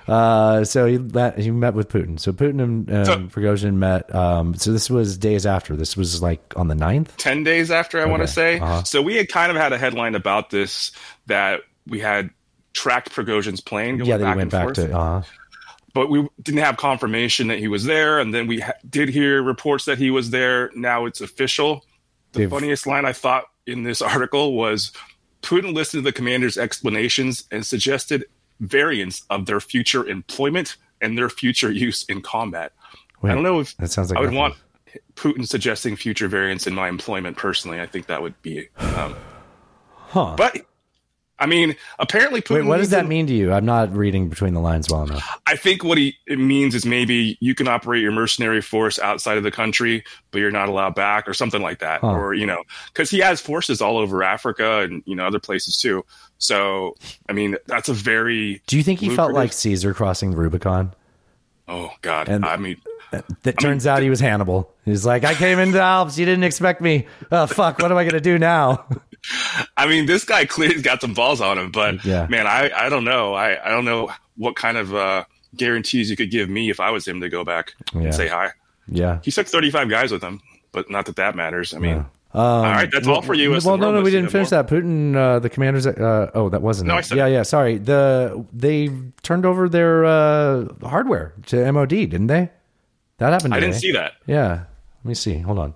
Speaker 2: Uh, so he met, he met with Putin. So Putin and um,
Speaker 4: So-
Speaker 2: Prigozhin met. Um, so this was days after. This was like on the 9th.
Speaker 4: 10 days after, I want to
Speaker 2: Okay.
Speaker 4: say.
Speaker 2: Uh-huh.
Speaker 4: So we had kind of had a headline about this that we had tracked Prigozhin's plane going
Speaker 2: Yeah, they
Speaker 4: back
Speaker 2: went
Speaker 4: and
Speaker 2: back
Speaker 4: forth,
Speaker 2: to. Uh,
Speaker 4: but we didn't have confirmation that he was there. And then we ha- did hear reports that he was there. Now it's official. The
Speaker 2: They've-
Speaker 4: funniest line I thought in this article was Putin listened to the commander's explanations and suggested variants of their future employment and their future use in combat.
Speaker 2: wait,
Speaker 4: I don't know if
Speaker 2: that sounds like
Speaker 4: I would
Speaker 2: nothing.
Speaker 4: want Putin suggesting future variants in my employment personally. I think that would be, um,
Speaker 2: Huh.
Speaker 4: but I mean, apparently Putin.
Speaker 2: Wait, what does
Speaker 4: leads
Speaker 2: that
Speaker 4: in-
Speaker 2: mean to you? I'm not reading between the lines well enough.
Speaker 4: I think what he it means is maybe you can operate your mercenary force outside of the country, but you're not allowed back, or something like that, or you know, because he has forces all over Africa and you know other places too. So I mean, that's a very
Speaker 2: Do you think he felt
Speaker 4: Lucrative.
Speaker 2: like Caesar crossing the Rubicon?
Speaker 4: oh god.
Speaker 2: And-
Speaker 4: I mean,
Speaker 2: That turns out he was Hannibal. He's like, I came into the Alps. You didn't expect me. Oh, fuck. What am I going to do now?
Speaker 4: I mean, this guy clearly's got some balls on him, but
Speaker 2: Yeah.
Speaker 4: man, I, I don't know. I, I don't know what kind of uh, guarantees you could give me if I was him to go back
Speaker 2: Yeah.
Speaker 4: and say hi.
Speaker 2: Yeah.
Speaker 4: He took 35 guys with him, but not that that matters. I mean, all right, that's all for you. as
Speaker 2: Um, Well, no,
Speaker 4: the
Speaker 2: no,
Speaker 4: world
Speaker 2: we
Speaker 4: is,
Speaker 2: didn't
Speaker 4: you know,
Speaker 2: finish
Speaker 4: more.
Speaker 2: that. Putin, uh, the commanders. Uh, oh, that wasn't.
Speaker 4: No,
Speaker 2: it.
Speaker 4: I said-
Speaker 2: yeah, yeah. Sorry. The they turned over their uh, hardware to MOD, didn't they? That happened.
Speaker 4: I didn't
Speaker 2: today.
Speaker 4: see that.
Speaker 2: Yeah. Let me see. Hold on.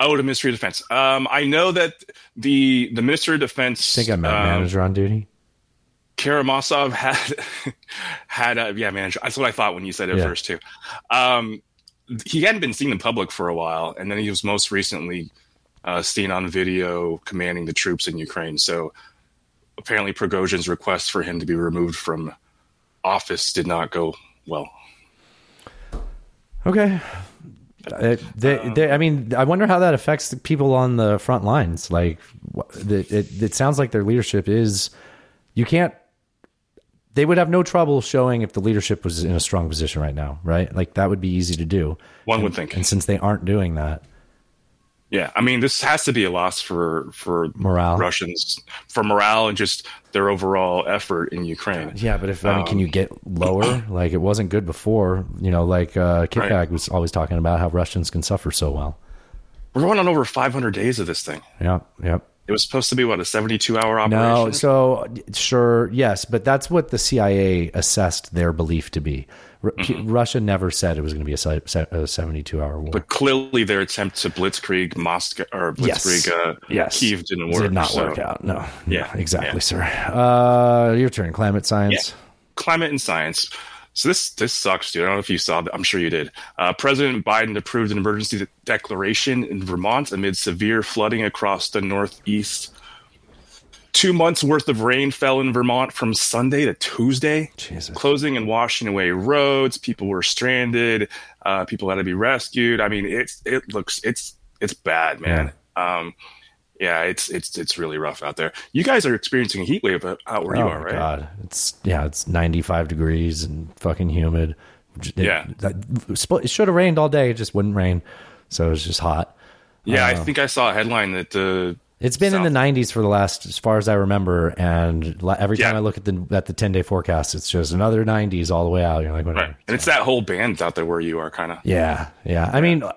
Speaker 4: Oh, the Ministry of Defense. Um, I know that the the Ministry of Defense. um,
Speaker 2: I think I'm at manager on duty.
Speaker 4: Karamazov had had a yeah manager. That's what I thought when you said it
Speaker 2: Yeah.
Speaker 4: first too. Um, he hadn't been seen in public for a while, and then he was most recently uh, seen on video commanding the troops in Ukraine. So apparently, Prigozhin's request for him to be removed from office did not go well.
Speaker 2: Okay. Uh, they, they, I mean, I wonder how that affects the people on the front lines. Like, wh- the, it, it sounds like their leadership is, you can't, they would have no trouble showing if the leadership was in a strong position right now, right? Like, that would be easy to do.
Speaker 4: One would think.
Speaker 2: And since they aren't doing that,
Speaker 4: Yeah, I mean, this has to be a loss for for
Speaker 2: Morale.
Speaker 4: Russians for morale and just their overall effort in Ukraine.
Speaker 2: yeah, but if, um, I mean, can you get lower? Like, it wasn't good before, you know, like, uh, Kitbag
Speaker 4: Right.
Speaker 2: was always talking about how Russians can suffer so well.
Speaker 4: We're going on over 500 days of this thing.
Speaker 2: Yep. Yep.
Speaker 4: It was supposed to be what a 72 hour operation.
Speaker 2: No, so sure, yes, but that's what the CIA assessed their belief to be Ru- Russia never said it was going to be a, se- se- a 72 hour war.
Speaker 4: Mm-hmm. But clearly, their attempt to blitzkrieg Moscow or blitzkrieg uh, Kiev didn't work.
Speaker 2: Did not
Speaker 4: so-
Speaker 2: work out. No.
Speaker 4: Yeah,
Speaker 2: Exactly,
Speaker 4: yeah.
Speaker 2: sir. Uh, your turn. Climate science.
Speaker 4: climate and science. So this this sucks, dude. I don't know if you saw that. I'm sure you did. Uh, President Biden approved an emergency de- declaration in Vermont amid severe flooding across the Northeast. Two months worth of rain fell in Vermont from Sunday to Tuesday,
Speaker 2: Jesus.
Speaker 4: closing and washing away roads. People were stranded. Uh, people had to be rescued. I mean, it's it looks it's it's bad, man. Um, yeah, it's it's it's really rough out there. You guys are experiencing a heat wave out where you
Speaker 2: oh
Speaker 4: are,
Speaker 2: my
Speaker 4: right?
Speaker 2: god. It's yeah, it's 95 degrees and fucking humid. J- It,
Speaker 4: Yeah.
Speaker 2: that- sp- it should have rained all day, it just wouldn't rain. So it was just hot.
Speaker 4: Yeah,
Speaker 2: Uh-huh.
Speaker 4: I think I saw a headline that uh, the
Speaker 2: It's been in the 90s for the last as far as I remember and la- every time
Speaker 4: Yeah.
Speaker 2: I look at the at the 10-day forecast it's just another 90s all the way out. You're like whatever.
Speaker 4: and it's that whole band out there where you are, kind of.
Speaker 2: Yeah, yeah. I mean, uh,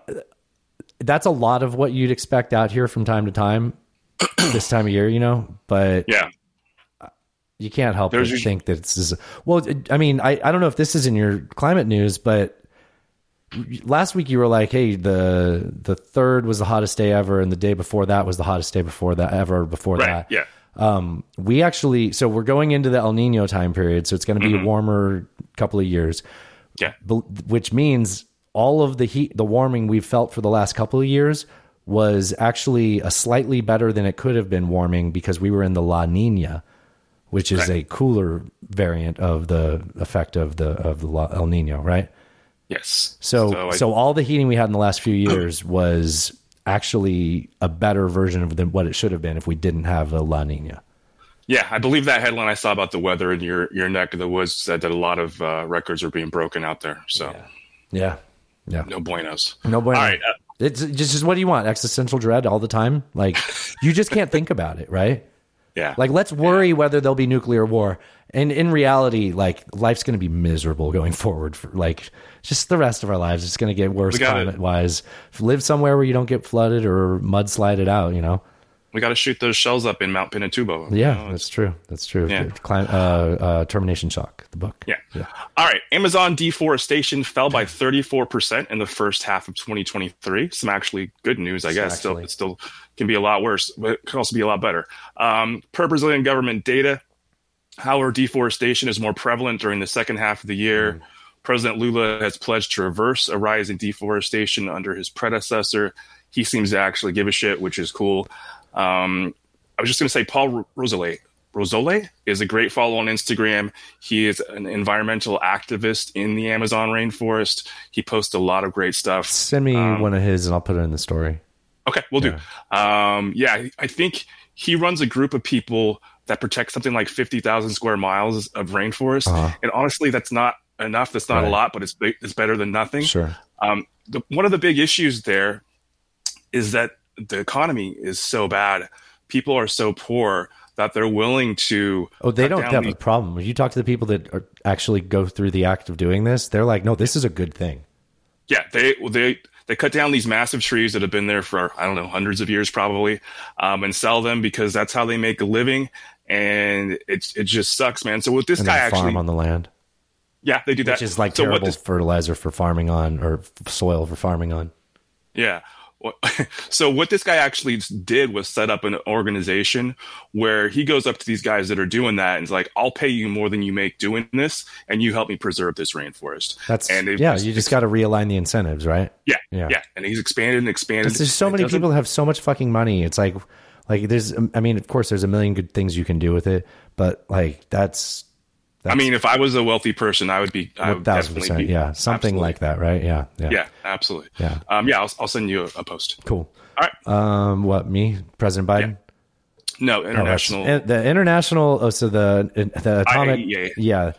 Speaker 2: that's a lot of what you'd expect out here from time to time, this time of year, you know. But
Speaker 4: Yeah,
Speaker 2: you can't help but
Speaker 4: There's your-
Speaker 2: think that this is. Well, I mean, I, I don't know if this is in your climate news, but last week you were like, "Hey, the the third was the hottest day ever, and the day before that was the hottest day before that ever before
Speaker 4: right.
Speaker 2: that."
Speaker 4: Yeah,
Speaker 2: um, we actually so we're going into the El Nino time period, so it's going to be a warmer couple of years.
Speaker 4: Yeah.
Speaker 2: Bel- which means all of the heat, the warming we've felt for the last couple of years was actually a slightly better than it could have been warming because we were in the La Nina, which is a cooler variant of the effect of the of the La, El Nino, right?
Speaker 4: yes.
Speaker 2: So so,
Speaker 4: I-
Speaker 2: all the heating we had in the last few years was actually a better version of than what it should have been if we didn't have a La Nina.
Speaker 4: yeah, I believe that headline I saw about the weather in your your neck of the woods said that a lot of uh, records are being broken out there. So
Speaker 2: Yeah. Yeah.
Speaker 4: no buenos.
Speaker 2: No bueno.
Speaker 4: All right. Uh,
Speaker 2: it's it's just what do you want? Existential dread all the time? Like you just can't think about it, right?
Speaker 4: yeah.
Speaker 2: Like let's worry whether there'll be nuclear war. And in reality, like life's going to be miserable going forward for like just the rest of our lives. It's going to get worse
Speaker 4: We gotta-
Speaker 2: climate-wise. Live somewhere where you don't get flooded or mudslided out, you know.
Speaker 4: we got to shoot those shells up in Mount Pinatubo.
Speaker 2: Yeah,
Speaker 4: You know,
Speaker 2: that's true. That's true.
Speaker 4: Yeah.
Speaker 2: Clim- uh, uh, Termination Shock, the book.
Speaker 4: Yeah. All right. Amazon deforestation fell by 34% in the first half of 2023. Some actually good news, I guess. Still,
Speaker 2: actually-
Speaker 4: it still can be a lot worse, but it can also be a lot better. Um, per Brazilian government data, however, deforestation is more prevalent during the second half of the year. President Lula has pledged to reverse a rise in deforestation under his predecessor. He seems to actually give a shit, which is cool. Um, I was just going to say Paul Ro- Rosole. Rosole is a great follow on Instagram. He is an environmental activist in the Amazon rainforest. He posts a lot of great stuff.
Speaker 2: Send me
Speaker 4: Um,
Speaker 2: one of his and I'll put it in the story.
Speaker 4: Okay, we'll do. Um, yeah, I think he runs a group of people that protect something like 50,000 square miles of rainforest. And honestly, that's not enough. That's not a
Speaker 2: Uh-huh. Right.
Speaker 4: lot, but it's, be- it's better than nothing.
Speaker 2: Sure.
Speaker 4: Um, the, one of the big issues there is that the economy is so bad. People are so poor that they're willing to.
Speaker 2: Oh, they
Speaker 4: cut
Speaker 2: don't
Speaker 4: down
Speaker 2: have
Speaker 4: the-
Speaker 2: a problem. When you talk to the people that are actually go through the act of doing this, they're like, no, this is a good thing.
Speaker 4: Yeah, they well, they they cut down these massive trees that have been there for I don't know hundreds of years probably, um, and sell them because that's how they make a living, and it it just sucks, man. So what this
Speaker 2: And
Speaker 4: guy
Speaker 2: they
Speaker 4: actually,
Speaker 2: farm on the land,
Speaker 4: yeah, they do that,
Speaker 2: which is like
Speaker 4: so what
Speaker 2: terrible
Speaker 4: this-
Speaker 2: fertilizer for farming on or f- soil for farming on.
Speaker 4: Yeah. Well, So what this guy actually did was set up an organization where he goes up to these guys that are doing that and is like, "I'll pay you more than you make doing this, and you help me preserve this rainforest."
Speaker 2: That's
Speaker 4: and it
Speaker 2: yeah.
Speaker 4: was-
Speaker 2: You just got to realign the incentives, right?
Speaker 4: yeah,
Speaker 2: yeah.
Speaker 4: yeah, And he's expanded and expanded.
Speaker 2: 'Cause There's so
Speaker 4: It
Speaker 2: many
Speaker 4: doesn't-
Speaker 2: people that have so much fucking money. It's like, like there's. um, I mean, of course, there's a million good things you can do with it, but like that's
Speaker 4: I mean, if I was a wealthy person, I would be I
Speaker 2: a
Speaker 4: would
Speaker 2: thousand
Speaker 4: definitely
Speaker 2: percent.
Speaker 4: be-
Speaker 2: Yeah, something
Speaker 4: absolutely.
Speaker 2: like that, right? Yeah, yeah,
Speaker 4: Yeah, absolutely.
Speaker 2: Yeah.
Speaker 4: um, yeah. I'll, I'll send you a, a post.
Speaker 2: Cool.
Speaker 4: All right.
Speaker 2: Um, what me, President Biden?
Speaker 4: No
Speaker 2: Oh, that's-
Speaker 4: international.
Speaker 2: and the international. Oh, so the the atomic.
Speaker 4: IAEA.
Speaker 2: Yeah,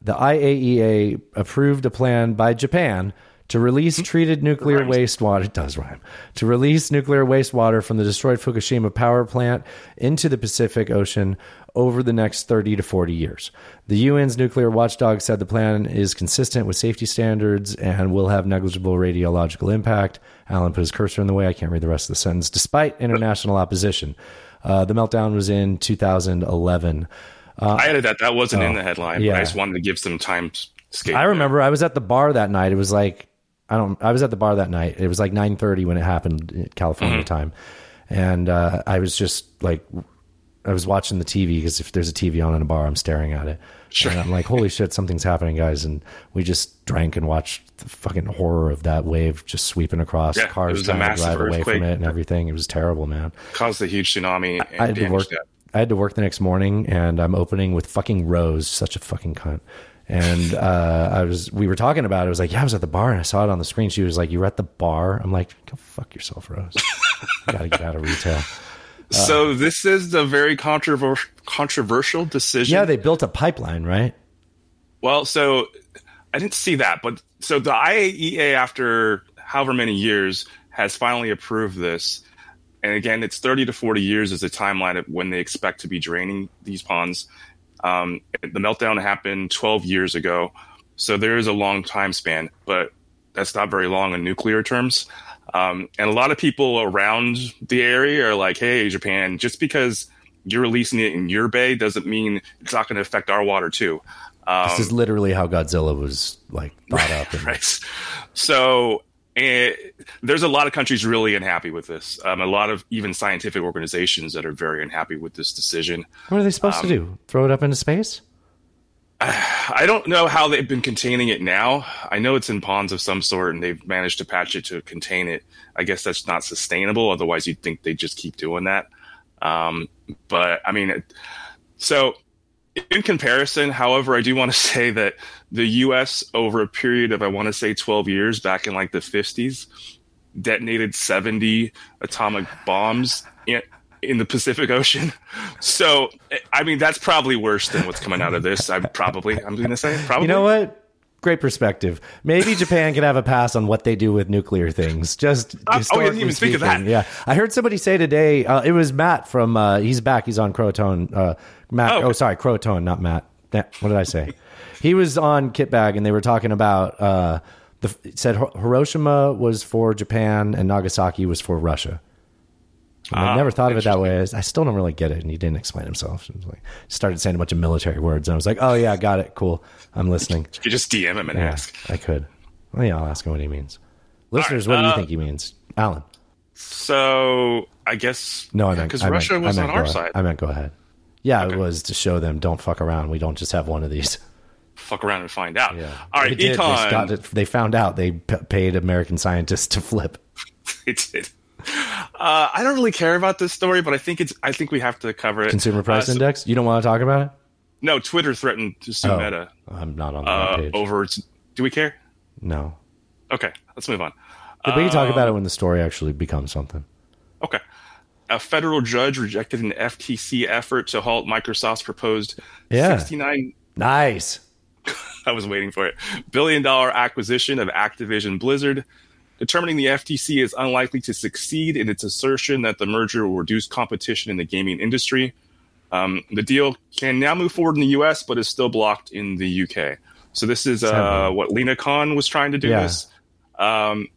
Speaker 2: the IAEA approved a plan by Japan to release treated nuclear wastewater. It does rhyme. To release nuclear wastewater from the destroyed Fukushima power plant into the Pacific Ocean over the next 30 to 40 years. The UN's nuclear watchdog said the plan is consistent with safety standards and will have negligible radiological impact. Alan put his cursor in the way. I can't read the rest of the sentence, despite international opposition. Uh, the meltdown was in 2011.
Speaker 4: I added that. That wasn't in the headline.
Speaker 2: Oh, yeah.
Speaker 4: But I just wanted to give some time skate.
Speaker 2: I
Speaker 4: there.
Speaker 2: remember I was at the bar that night. It was like I don't. I was at the bar that night. It was like nine thirty when it happened, in California
Speaker 4: Mm-hmm.
Speaker 2: time, and uh, I was just like, I was watching the TV because if there's a TV on in a bar, I'm staring at it. And I'm like, holy shit, something's happening, guys! And we just drank and watched the fucking horror of that wave just sweeping across
Speaker 4: Yeah, it
Speaker 2: cars
Speaker 4: was a
Speaker 2: trying to
Speaker 4: massive
Speaker 2: drive away
Speaker 4: earthquake.
Speaker 2: from it and everything. It was terrible, man.
Speaker 4: caused a huge tsunami. And
Speaker 2: I had to
Speaker 4: damaged
Speaker 2: work. uh,
Speaker 4: that.
Speaker 2: I had to work the next morning, and I'm opening with fucking Rose, such a fucking cunt. And uh, I was, we were talking about it. I was like, yeah, I was at the bar and I saw it on the screen. She was like, you were at the bar. I'm like, go fuck yourself, Rose. you gotta get out of retail.
Speaker 4: So this is the very controversial controversial decision.
Speaker 2: Yeah, they built a pipeline, right?
Speaker 4: Well, so I didn't see that, but so the IAEA, after however many years, has finally approved this. And again, it's 30 to 40 years is the timeline of when they expect to be draining these ponds. Um, the meltdown happened 12 years ago, so there is a long time span, but that's not very long in nuclear terms. Um, and a lot of people around the area are like, "Hey, Japan, just because you're releasing it in your bay doesn't mean it's not going to affect our water too." Um,
Speaker 2: This is literally how Godzilla was like thought up. And
Speaker 4: Right. So eh, there's a lot of countries really unhappy with this. Um, a lot of even scientific organizations that are very unhappy with this decision.
Speaker 2: What are they supposed
Speaker 4: Um,
Speaker 2: to do? Throw it up into space?
Speaker 4: I don't know how they've been containing it now. I know it's in ponds of some sort, and they've managed to patch it to contain it. I guess that's not sustainable. Otherwise, you'd think they just keep doing that. Um, but I mean, it- so in comparison, however, I do want to say that the U.S. over a period of I want to say 12 years, back in like the 50s, detonated 70 atomic bombs in, in the Pacific Ocean. So, eh, I mean, that's probably worse than what's coming out of this. I'm probably, I'm going to say, probably.
Speaker 2: You know what? Great perspective. Maybe Japan can have a pass on what they do with nuclear things. Just
Speaker 4: I didn't
Speaker 2: historically
Speaker 4: even think of
Speaker 2: speaking.
Speaker 4: that.
Speaker 2: Yeah, I heard somebody say today. Uh, it was Matt from. Uh, he's back. He's on Croton. Uh, Matt.
Speaker 4: Oh,
Speaker 2: Oh,
Speaker 4: okay.
Speaker 2: sorry, Croton, not Matt. Nah, What did I say? he was on Kitbag, and they were talking about. Uh, the, it said Hi- Hiroshima was for Japan and Nagasaki was for Russia. And
Speaker 4: Ah,
Speaker 2: I never thought of it that way. I, I still don't really get it, and he didn't explain himself. He was like, started saying a bunch of military words, and I was like, "Oh yeah, got it. Cool. I'm listening."
Speaker 4: You just DM him and
Speaker 2: Yeah,
Speaker 4: ask.
Speaker 2: I could. Well, yeah, I'll ask him what he means. Listeners, what do
Speaker 4: uh,
Speaker 2: you think he means? Alan.
Speaker 4: So, I guess.
Speaker 2: No, I meant
Speaker 4: because
Speaker 2: I meant-
Speaker 4: Russia
Speaker 2: I
Speaker 4: was
Speaker 2: meant
Speaker 4: on
Speaker 2: go
Speaker 4: our
Speaker 2: ahead.
Speaker 4: side.
Speaker 2: I meant go ahead. Yeah, it was to show them don't fuck around. We don't just have one of these.
Speaker 4: Fuck around and find out.
Speaker 2: Yeah.
Speaker 4: All right,
Speaker 2: They did. They,
Speaker 4: Econ.
Speaker 2: got it- they found out they p- paid American scientists to flip.
Speaker 4: it's it. Uh, I don't really care about this story, but I think it's. I think we have to cover it.
Speaker 2: Consumer
Speaker 4: Uh,
Speaker 2: price
Speaker 4: so-
Speaker 2: index. You don't want to talk about it?
Speaker 4: No, Twitter threatened to sue
Speaker 2: Oh,
Speaker 4: Meta
Speaker 2: I'm not on
Speaker 4: uh,
Speaker 2: that page.
Speaker 4: over. its- Do we care?
Speaker 2: No.
Speaker 4: Okay, let's move on.
Speaker 2: But we can
Speaker 4: um,
Speaker 2: talk about it when the story actually becomes something.
Speaker 4: Okay. A federal judge rejected an FTC effort to halt Microsoft's proposed
Speaker 2: Yeah.
Speaker 4: 69
Speaker 2: Nice.
Speaker 4: I was waiting for it. Billion dollar acquisition of Activision Blizzard, determining the FTC is unlikely to succeed in its assertion that the merger will reduce competition in the gaming industry. Um, the deal can now move forward in the US, but is still blocked in the UK. So this is uh,
Speaker 2: Sadly.
Speaker 4: what Lena Khan was trying to do.
Speaker 2: Yeah.
Speaker 4: This um,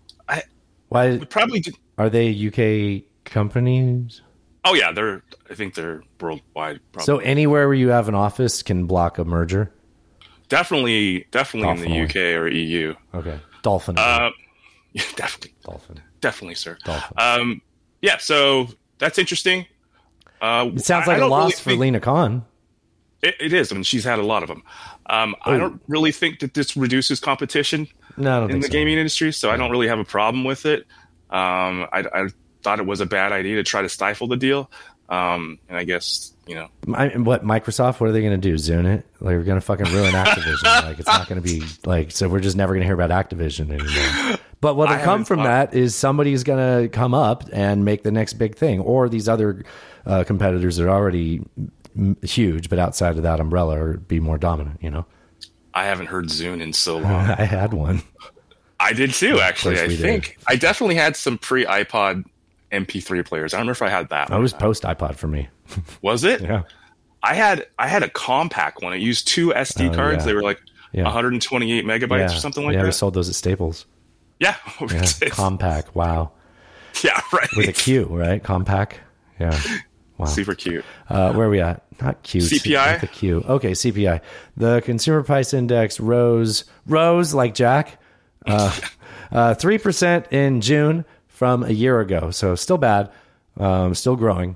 Speaker 2: Why
Speaker 4: probably. Did,
Speaker 2: are they UK companies?
Speaker 4: oh yeah, they're. I think they're worldwide. Probably.
Speaker 2: So anywhere where you have an office can block a merger.
Speaker 4: definitely, definitely in
Speaker 2: Definitely.
Speaker 4: the UK or EU.
Speaker 2: Okay. Dolphin.
Speaker 4: Uh, yeah, definitely,
Speaker 2: Dolphin.
Speaker 4: definitely, sir.
Speaker 2: Dolphin.
Speaker 4: Um, yeah, so that's interesting. Uh,
Speaker 2: It sounds
Speaker 4: I- I
Speaker 2: like a
Speaker 4: don't
Speaker 2: loss
Speaker 4: really
Speaker 2: for
Speaker 4: think-
Speaker 2: Lena Khan.
Speaker 4: It, it is. I mean, she's had a lot of them. Um, I don't really think that this reduces competition
Speaker 2: No, Oh. I don't
Speaker 4: in
Speaker 2: think
Speaker 4: the e-
Speaker 2: so.
Speaker 4: gaming industry, so I don't really have a problem with it. Um, I, I thought it was a bad idea to try to stifle the deal, um, and I guess you know
Speaker 2: I, what Microsoft? What are they going to do? Zune it? Like we're going to fucking ruin Activision? like it's not going to be like so. We're just never going to hear about Activision anymore. But what'll come
Speaker 4: haven't
Speaker 2: from
Speaker 4: thought-
Speaker 2: that is somebody's going to come up and make the next big thing, or these other uh, competitors that are already m- huge, but outside of that umbrella, or be more dominant. You know,
Speaker 4: I haven't heard Zune in so long.
Speaker 2: I had one.
Speaker 4: I did too, actually.
Speaker 2: course
Speaker 4: I
Speaker 2: we did.
Speaker 4: think I definitely had some pre iPod MP3 players. I don't remember if I had that.
Speaker 2: I was post iPod for me.
Speaker 4: Was it?
Speaker 2: Yeah.
Speaker 4: I had I had a compact one. It used two SD
Speaker 2: Oh,
Speaker 4: cards.
Speaker 2: yeah.
Speaker 4: They were like
Speaker 2: Yeah.
Speaker 4: 128 megabytes or
Speaker 2: Yeah.
Speaker 4: something like
Speaker 2: yeah, we
Speaker 4: that.
Speaker 2: sold those at Staples.
Speaker 4: yeah,
Speaker 2: Yeah. Compact. Wow.
Speaker 4: yeah, right.
Speaker 2: With a Q, right? Compact. Yeah. Wow.
Speaker 4: Super cute.
Speaker 2: Uh, where are we at? Not Q.
Speaker 4: CPI?
Speaker 2: Not the Q. Okay, CPI. The consumer price index rose, rose like Jack, Uh, three percent in June from a year ago. So still bad, um, still growing,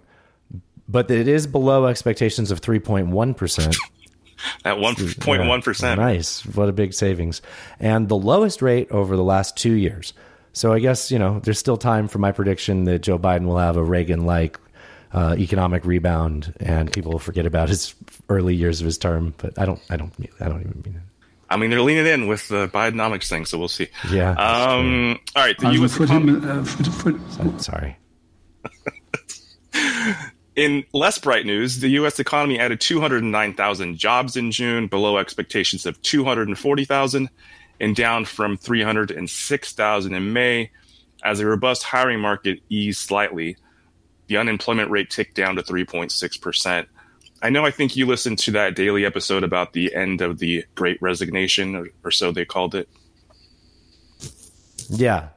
Speaker 2: but it is below expectations of three point one percent.
Speaker 4: At 1.1%.
Speaker 2: Nice. What a big savings. And the lowest rate over the last two years. So I guess, you know, there's still time for my prediction that Joe Biden will have a Reagan like uh, economic rebound and people will forget about his early years of his term. But I don't, I don't, mean- I don't even mean it.
Speaker 4: I mean, they're leaning in with the Bidenomics thing, so we'll see.
Speaker 2: Yeah.
Speaker 4: Um, all right. The U.S. economy-
Speaker 2: Sorry.
Speaker 4: In less bright news, the U.S. economy added 209,000 jobs in June, below expectations of 240,000 and down from 306,000 in May, as a robust hiring market eased slightly. The unemployment rate ticked down to 3.6%. I know I think you listened to that daily episode about the end of the Great Resignation, or, or so they called it.
Speaker 2: Yeah.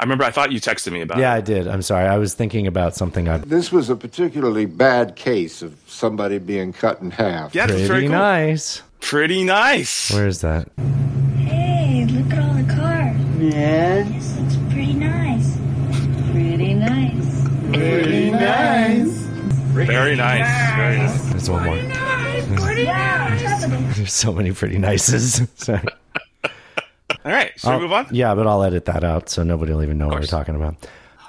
Speaker 4: I remember I thought you texted me about
Speaker 2: Yeah,
Speaker 4: it.
Speaker 2: I did. I'm sorry. I was thinking about something I.
Speaker 11: This was a particularly bad case of somebody being cut in half.
Speaker 4: Yeah, that's very
Speaker 2: Pretty
Speaker 4: cool.
Speaker 2: nice.
Speaker 4: Pretty nice.
Speaker 2: Where is that?
Speaker 12: Hey, look at all the cars.
Speaker 9: Yeah.
Speaker 12: This looks pretty nice. Pretty nice.
Speaker 9: Pretty nice.
Speaker 4: Very nice. Very nice.
Speaker 2: There's one more.
Speaker 12: Wow, tropical.
Speaker 2: There's so many pretty nices. Sorry.
Speaker 4: All right. Should
Speaker 2: I'll-
Speaker 4: we move on?
Speaker 2: Yeah, but I'll edit that out so nobody will even know what we're
Speaker 4: course.
Speaker 2: talking about.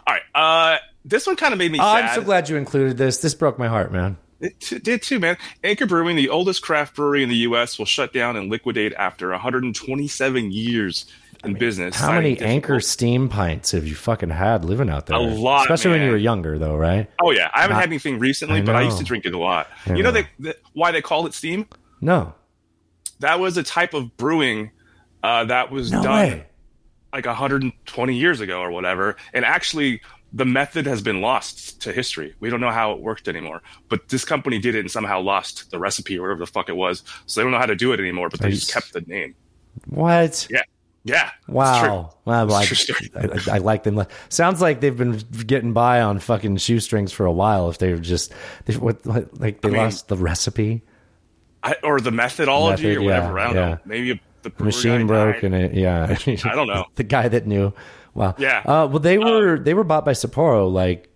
Speaker 4: All right. Uh, this one kind of made me sad.
Speaker 2: Oh, I'm so glad you included this. This broke my heart, man.
Speaker 4: It t- did too, man. Anchor Brewing, the oldest craft brewery in the U.S., will shut down and liquidate after 127 years in business.
Speaker 2: How many
Speaker 4: citing
Speaker 2: anchor
Speaker 4: difficult-
Speaker 2: steam pints have you fucking had living out there?
Speaker 4: A lot,
Speaker 2: especially when you
Speaker 4: man.
Speaker 2: were younger, though, right?
Speaker 4: Oh yeah, I haven't had anything recently,
Speaker 2: I
Speaker 4: but I
Speaker 2: know.
Speaker 4: used to drink it a lot.
Speaker 2: I
Speaker 4: you know,
Speaker 2: know.
Speaker 4: They, th- why they call it steam?
Speaker 2: No,
Speaker 4: That was a type of brewing uh, that was
Speaker 2: no
Speaker 4: done
Speaker 2: way.
Speaker 4: like 120 years ago or whatever. And actually, the method has been lost to history. We don't know how it worked anymore. But this company did it and somehow lost the recipe or whatever the fuck it was. So they don't know how to do it anymore. But they
Speaker 2: Are you s-
Speaker 4: just kept the name.
Speaker 2: What?
Speaker 4: Yeah, yeah. it's true.
Speaker 2: Wow. Wow, well, I,
Speaker 4: It's true story.
Speaker 2: I, I like them. Sounds like they've been getting by on fucking shoestrings for a while. If they were just, they, what, what- like they
Speaker 4: mean-
Speaker 2: lost the recipe,
Speaker 4: I, or the methodology
Speaker 2: Method,
Speaker 4: or whatever.
Speaker 2: yeah,
Speaker 4: I don't
Speaker 2: yeah.
Speaker 4: know. Maybe the brewer
Speaker 2: machine
Speaker 4: guy
Speaker 2: broke,
Speaker 4: died.
Speaker 2: and it, yeah.
Speaker 4: I don't know.
Speaker 2: the guy that knew. Wow.
Speaker 4: Yeah. Um,
Speaker 2: Uh, well, they were they were bought by Sapporo like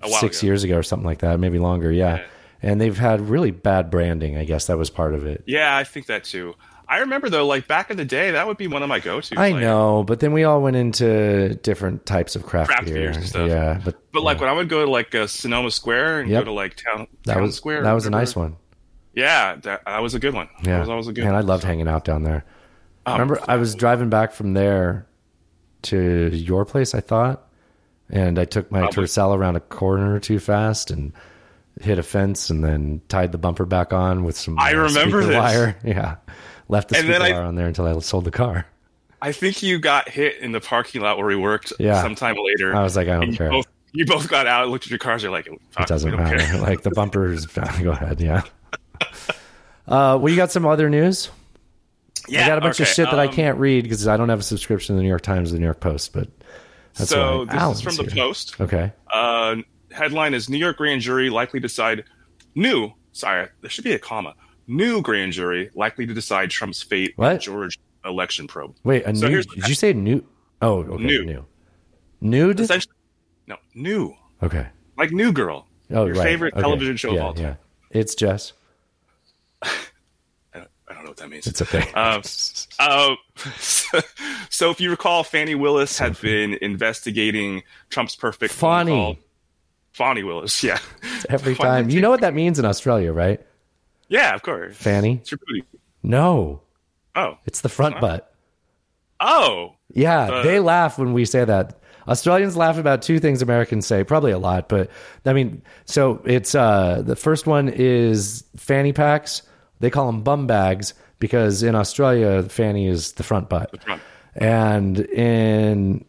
Speaker 4: A while
Speaker 2: six
Speaker 4: ago.
Speaker 2: years ago or something like that, maybe longer. Yeah. And they've had really bad branding. I guess that was part of it.
Speaker 4: Yeah, I think that too. I remember though, like back in the day, that would be one of my go-to.
Speaker 2: I know, but then we all went into different types of craft,
Speaker 4: Craft
Speaker 2: beer.
Speaker 4: beers and stuff.
Speaker 2: Yeah, but
Speaker 4: But like when I would go to like uh, Sonoma Square and
Speaker 2: Yep.
Speaker 4: go to like town,
Speaker 2: that
Speaker 4: town
Speaker 2: was
Speaker 4: square.
Speaker 2: that was a
Speaker 4: whatever.
Speaker 2: nice one.
Speaker 4: Yeah, that, that was a good one.
Speaker 2: Yeah,
Speaker 4: that was always a good.
Speaker 2: And I
Speaker 4: one.
Speaker 2: loved hanging out down there. Remember, I was driving back from there to your place, I thought, and I took my
Speaker 4: Probably.
Speaker 2: Tercel around a corner too fast and hit a fence, and then tied the bumper back on with some.
Speaker 4: I remember
Speaker 2: speaker
Speaker 4: this.
Speaker 2: wire. Yeah, left the
Speaker 4: And
Speaker 2: speaker
Speaker 4: then I-
Speaker 2: wire on there until I sold the car.
Speaker 4: I think you got hit in the parking lot where we worked.
Speaker 2: Yeah.
Speaker 4: sometime later.
Speaker 2: I was like, I
Speaker 4: And
Speaker 2: don't
Speaker 4: you
Speaker 2: care.
Speaker 4: Both, you both got out, looked at your cars. You're like, fuck,
Speaker 2: It doesn't
Speaker 4: we don't
Speaker 2: matter.
Speaker 4: care.
Speaker 2: Like the bumper is Go ahead. Yeah. Uh, well, you got some other news.
Speaker 4: yeah,
Speaker 2: I got a bunch
Speaker 4: okay,
Speaker 2: of shit that I
Speaker 4: um,
Speaker 2: can't read because I don't have a subscription to the New York Times or the New York Post. But that's
Speaker 4: So
Speaker 2: why.
Speaker 4: this
Speaker 2: Ow,
Speaker 4: is from
Speaker 2: it's
Speaker 4: the
Speaker 2: here.
Speaker 4: Post.
Speaker 2: Okay.
Speaker 4: Uh, headline is New York grand jury likely decide new. Sorry, there should be a comma. New grand jury likely to decide Trump's fate in
Speaker 2: What?
Speaker 4: George election probe.
Speaker 2: Wait, a
Speaker 4: So
Speaker 2: nude?
Speaker 4: here's-
Speaker 2: Did you say nude? Oh, okay,
Speaker 4: Nude.
Speaker 2: new. Nude.
Speaker 4: Essentially, no, new
Speaker 2: Okay.
Speaker 4: like New Girl,
Speaker 2: Oh,
Speaker 4: your
Speaker 2: right.
Speaker 4: favorite
Speaker 2: Okay.
Speaker 4: television show
Speaker 2: yeah,
Speaker 4: of all time.
Speaker 2: Yeah. It's Jess.
Speaker 4: I don't know what that means.
Speaker 2: It's okay.
Speaker 4: Um, Uh, so if you recall, Fannie Willis had been investigating Trump's perfect phone
Speaker 2: Fonny.
Speaker 4: call. Fannie Willis, yeah,
Speaker 2: Every time. You know what that means in Australia, right?
Speaker 4: yeah, of course.
Speaker 2: Fanny.
Speaker 4: It's your booty.
Speaker 2: No,
Speaker 4: Oh,
Speaker 2: it's the front butt.
Speaker 4: oh,
Speaker 2: Yeah,
Speaker 4: Uh,
Speaker 2: they laugh when we say that. Australians laugh about two things Americans say, probably a lot, but I mean, so it's uh, the first one is fanny packs. They call them bum bags because in Australia, fanny is the front butt,
Speaker 4: front.
Speaker 2: and in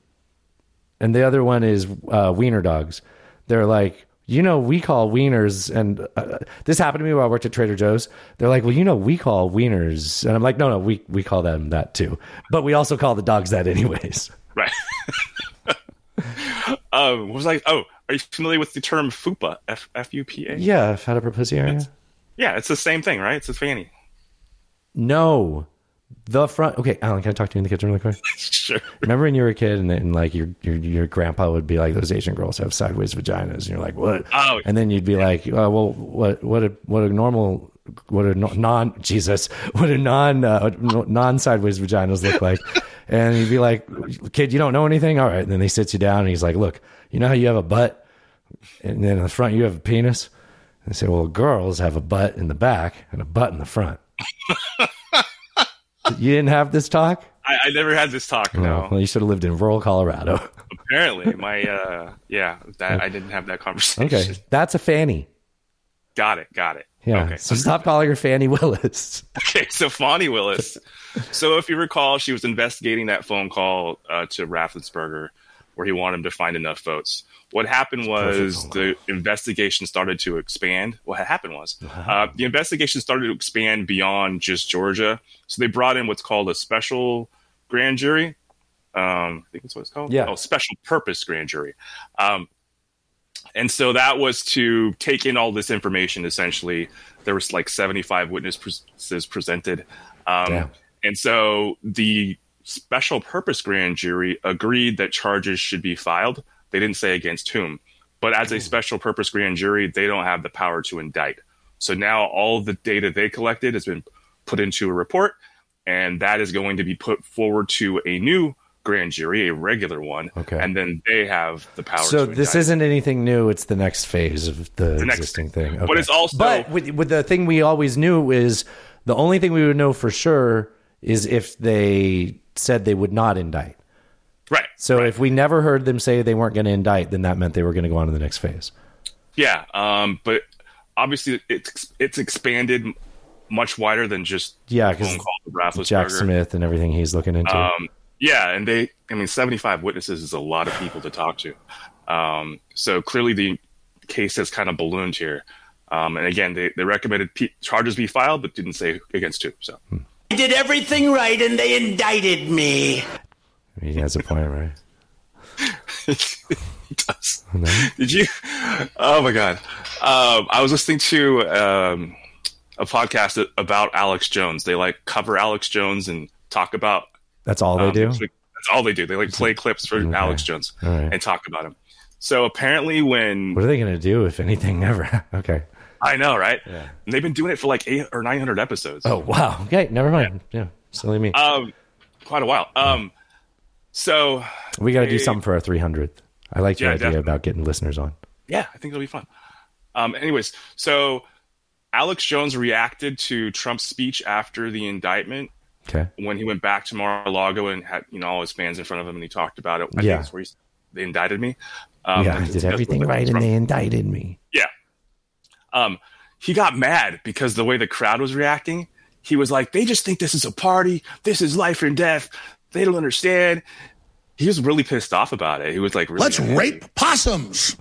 Speaker 2: and the other one is uh, wiener dogs. They're like, you know, we call wieners, and uh, this happened to me while I worked at Trader Joe's. They're like, well, you know, we call wieners, and I'm like, no, no, we we call them that too, but we also call the dogs that anyways.
Speaker 4: right. Um, what was I? Oh, are you familiar with the term FUPA? F F U P A.
Speaker 2: Yeah, fat upper pussy area.
Speaker 4: Yeah, it's the same thing, right? It's a fanny.
Speaker 2: No, the front. Okay, Alan, can I talk to you in the kitchen really quick?
Speaker 4: sure.
Speaker 2: Remember when you were a kid and, and like your, your your grandpa would be like, "Those Asian girls have sideways vaginas," and you're like, "What?"
Speaker 4: Oh.
Speaker 2: and then you'd be like, oh, "Well, what what a what a normal." What a no- non Jesus, what a non uh, non sideways vaginas look like, and you'd be like, "Kid, you don't know anything." All right, and then he sits you down and he's like, "Look, you know how you have a butt, and then in the front you have a penis." And they say, "Well, girls have a butt in the back and a butt in the front." you didn't have this talk.
Speaker 4: I, I never had this talk.
Speaker 2: No. Well, you should have lived in rural Colorado.
Speaker 4: Apparently, my uh, yeah, that I didn't have that conversation.
Speaker 2: Okay. That's a fanny.
Speaker 4: Got it. Got it.
Speaker 2: Yeah.
Speaker 4: Okay.
Speaker 2: So stop calling her Fanny Willis.
Speaker 4: Okay, so Fonnie Willis. so if you recall, she was investigating that phone call uh, to Raffensperger, where he wanted him to find enough votes. What happened was the investigation started to expand. What had happened was uh, the investigation started to expand beyond just Georgia. So they brought in what's called a special grand jury. Um, I think that's what it's called.
Speaker 2: Yeah.
Speaker 4: Oh, special purpose grand jury. Um, and so that was to take in all this information. Essentially, there was like seventy-five witnesses presented, um,
Speaker 2: Damn.
Speaker 4: and so the special purpose grand jury agreed that charges should be filed. They didn't say against whom, but as a special purpose grand jury, they don't have the power to indict. So now all the data they collected has been put into a report, and that is going to be put forward to a new grand jury, a regular one,
Speaker 2: Okay.
Speaker 4: and then they have the power.
Speaker 2: So
Speaker 4: to
Speaker 2: this
Speaker 4: indict.
Speaker 2: isn't anything new. It's the next phase of the,
Speaker 4: next-
Speaker 2: existing thing.
Speaker 4: but it's also-
Speaker 2: But with, with the thing we always knew is the only thing we would know for sure is if they said they would not indict.
Speaker 4: right.
Speaker 2: So if we never heard them say they weren't going to indict, then that meant they were going to go on to the next phase.
Speaker 4: Yeah, um, but obviously it's it's expanded m- much wider than just
Speaker 2: Yeah,
Speaker 4: phone
Speaker 2: because
Speaker 4: call to Rafflesberger.
Speaker 2: Jack Smith and everything he's looking into.
Speaker 4: Um, yeah, and they, I mean, seventy five witnesses is a lot of people to talk to. Um, so clearly the case has kind of ballooned here. Um, and again, they, they recommended pe- charges be filed, but didn't say against who. So
Speaker 2: Hmm.
Speaker 9: I did everything right and they indicted me.
Speaker 2: he has a point, right?
Speaker 4: it does.
Speaker 2: No?
Speaker 4: Did you? Oh my god! Um, I was listening to um, a podcast about Alex Jones. They like cover Alex Jones and talk about.
Speaker 2: That's all they
Speaker 4: um,
Speaker 2: do.
Speaker 4: That's all they do. They like play clips for
Speaker 2: Okay.
Speaker 4: Alex Jones
Speaker 2: All right.
Speaker 4: and talk about him. So apparently, when
Speaker 2: What are they going to do if anything ever? okay.
Speaker 4: I know, right? And they've been doing it for like eight or nine hundred episodes.
Speaker 2: Oh wow. Okay. Never mind. Yeah. Silly me.
Speaker 4: Um, quite a while. Um, so
Speaker 2: we got to
Speaker 4: hey.
Speaker 2: do something for our 300th. I like your
Speaker 4: Yeah,
Speaker 2: idea
Speaker 4: definitely.
Speaker 2: about getting listeners on.
Speaker 4: yeah, I think it'll be fun. Um, anyways, so Alex Jones reacted to Trump's speech after the indictment
Speaker 2: Okay.
Speaker 4: when he went back to Mar-a-Lago and had you know all his fans in front of him, and he talked about it.
Speaker 2: Yeah.
Speaker 4: I think that's where he, s- they indicted me. Um,
Speaker 2: yeah, I
Speaker 4: that's-
Speaker 2: did
Speaker 4: that's
Speaker 2: everything
Speaker 4: where that
Speaker 2: right,
Speaker 4: comes
Speaker 2: and
Speaker 4: from.
Speaker 2: they indicted me.
Speaker 4: Yeah. Um, he got mad because the way the crowd was reacting, he was like, "They just think this is a party. This is life and death. They don't understand." He was really pissed off about it. He was like, really
Speaker 10: Let's
Speaker 4: angry.
Speaker 10: rape possums.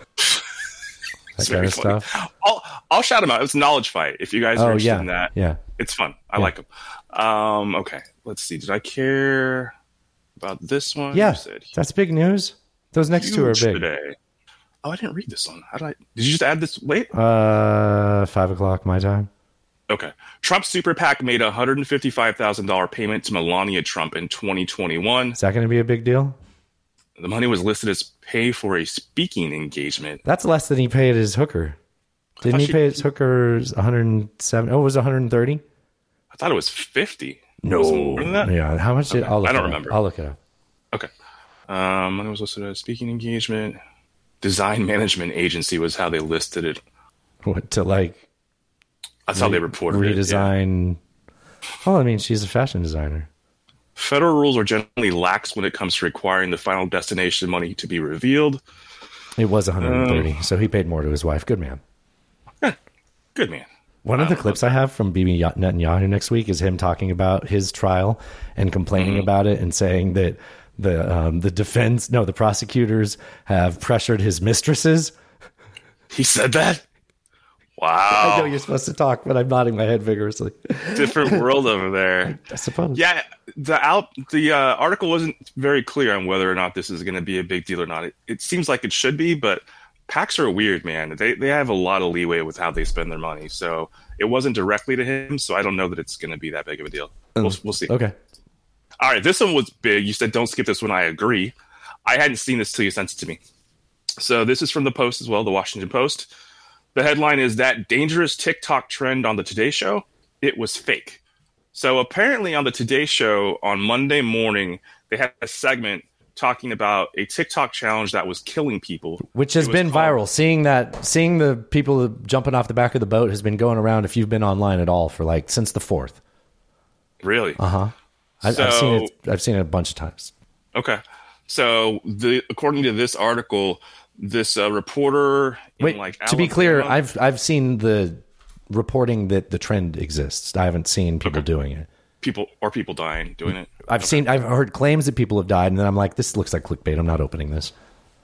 Speaker 2: That
Speaker 4: very
Speaker 2: kind of
Speaker 4: funny.
Speaker 2: stuff.
Speaker 4: I'll I'll shout him out. It's knowledge fight. If you guys are
Speaker 2: Oh
Speaker 4: interested
Speaker 2: yeah.
Speaker 4: in that,
Speaker 2: Yeah.
Speaker 4: it's fun. I like them. Um, okay, let's see. Did I care about this one?
Speaker 2: Yeah.
Speaker 4: You said
Speaker 2: That's big news. Those next two are
Speaker 4: huge
Speaker 2: big.
Speaker 4: today. Oh, I didn't read this one. How did I? Did you just add this late?
Speaker 2: Uh, five o'clock my time.
Speaker 4: Okay. Trump's super PAC made a hundred and fifty-five thousand dollar payment to Melania Trump in 2021.
Speaker 2: Is that going to be a big deal?
Speaker 4: The money was listed as pay for a speaking engagement.
Speaker 2: That's less than he paid his hooker. Didn't he
Speaker 4: she-
Speaker 2: pay his hookers 107? Oh, it was 130?
Speaker 4: I thought it was fifty.
Speaker 2: No.
Speaker 4: Was it more than that?
Speaker 2: Yeah. How much did
Speaker 4: Okay.
Speaker 2: I'll look
Speaker 4: I don't
Speaker 2: it up.
Speaker 4: remember.
Speaker 2: I'll look it up.
Speaker 4: Okay. Um, when it was listed as speaking engagement, design management agency was how they listed it.
Speaker 2: What to like
Speaker 4: That's how they reported it. yeah.
Speaker 2: redesign. Well, I mean, she's a fashion designer.
Speaker 4: Federal rules are generally lax when it comes to requiring the final destination money to be revealed.
Speaker 2: It was 130, so he paid more to his wife. Good man.
Speaker 4: Good man.
Speaker 2: One of the clips I have from Bibi Ya- Netanyahu next week is him talking about his trial and complaining about it and saying that the um, the defense, no, the prosecutors have pressured his mistresses.
Speaker 4: He said that. Wow. Oh.
Speaker 2: I know you're supposed to talk, but I'm nodding my head vigorously.
Speaker 4: Different world over there.
Speaker 2: I suppose.
Speaker 4: Yeah, the out the uh, article wasn't very clear on whether or not this is going to be a big deal or not. It, it seems like it should be, but PACs are weird, man. They they have a lot of leeway with how they spend their money, so it wasn't directly to him. So I don't know that it's going to be that big of a deal. We'll, we'll see.
Speaker 2: Okay.
Speaker 4: All right, this one was big. You said don't skip this one. I agree. I hadn't seen this till you sent it to me. So this is from the Post as well, the Washington Post. The headline is that dangerous TikTok trend on the Today Show. It was fake. So apparently on the Today Show on Monday morning, they had a segment talking about a TikTok challenge that was killing people,
Speaker 2: Which has
Speaker 4: It was
Speaker 2: been
Speaker 4: called-
Speaker 2: viral. Seeing that, seeing the people jumping off the back of the boat has been going around. If you've been online at all for like since the fourth,
Speaker 4: Really?
Speaker 2: uh huh. I've, I've seen
Speaker 4: So-
Speaker 2: it. I've seen it a bunch of times.
Speaker 4: Okay. So the according to this article, this uh, reporter in
Speaker 2: Wait,
Speaker 4: like
Speaker 2: to be clear,
Speaker 4: Alabama-
Speaker 2: I've I've seen the reporting that the trend exists. I haven't seen people doing it.
Speaker 4: people or people dying doing it.
Speaker 2: I've seen I've heard claims that people have died, and then I'm like, this looks like clickbait. I'm not opening this.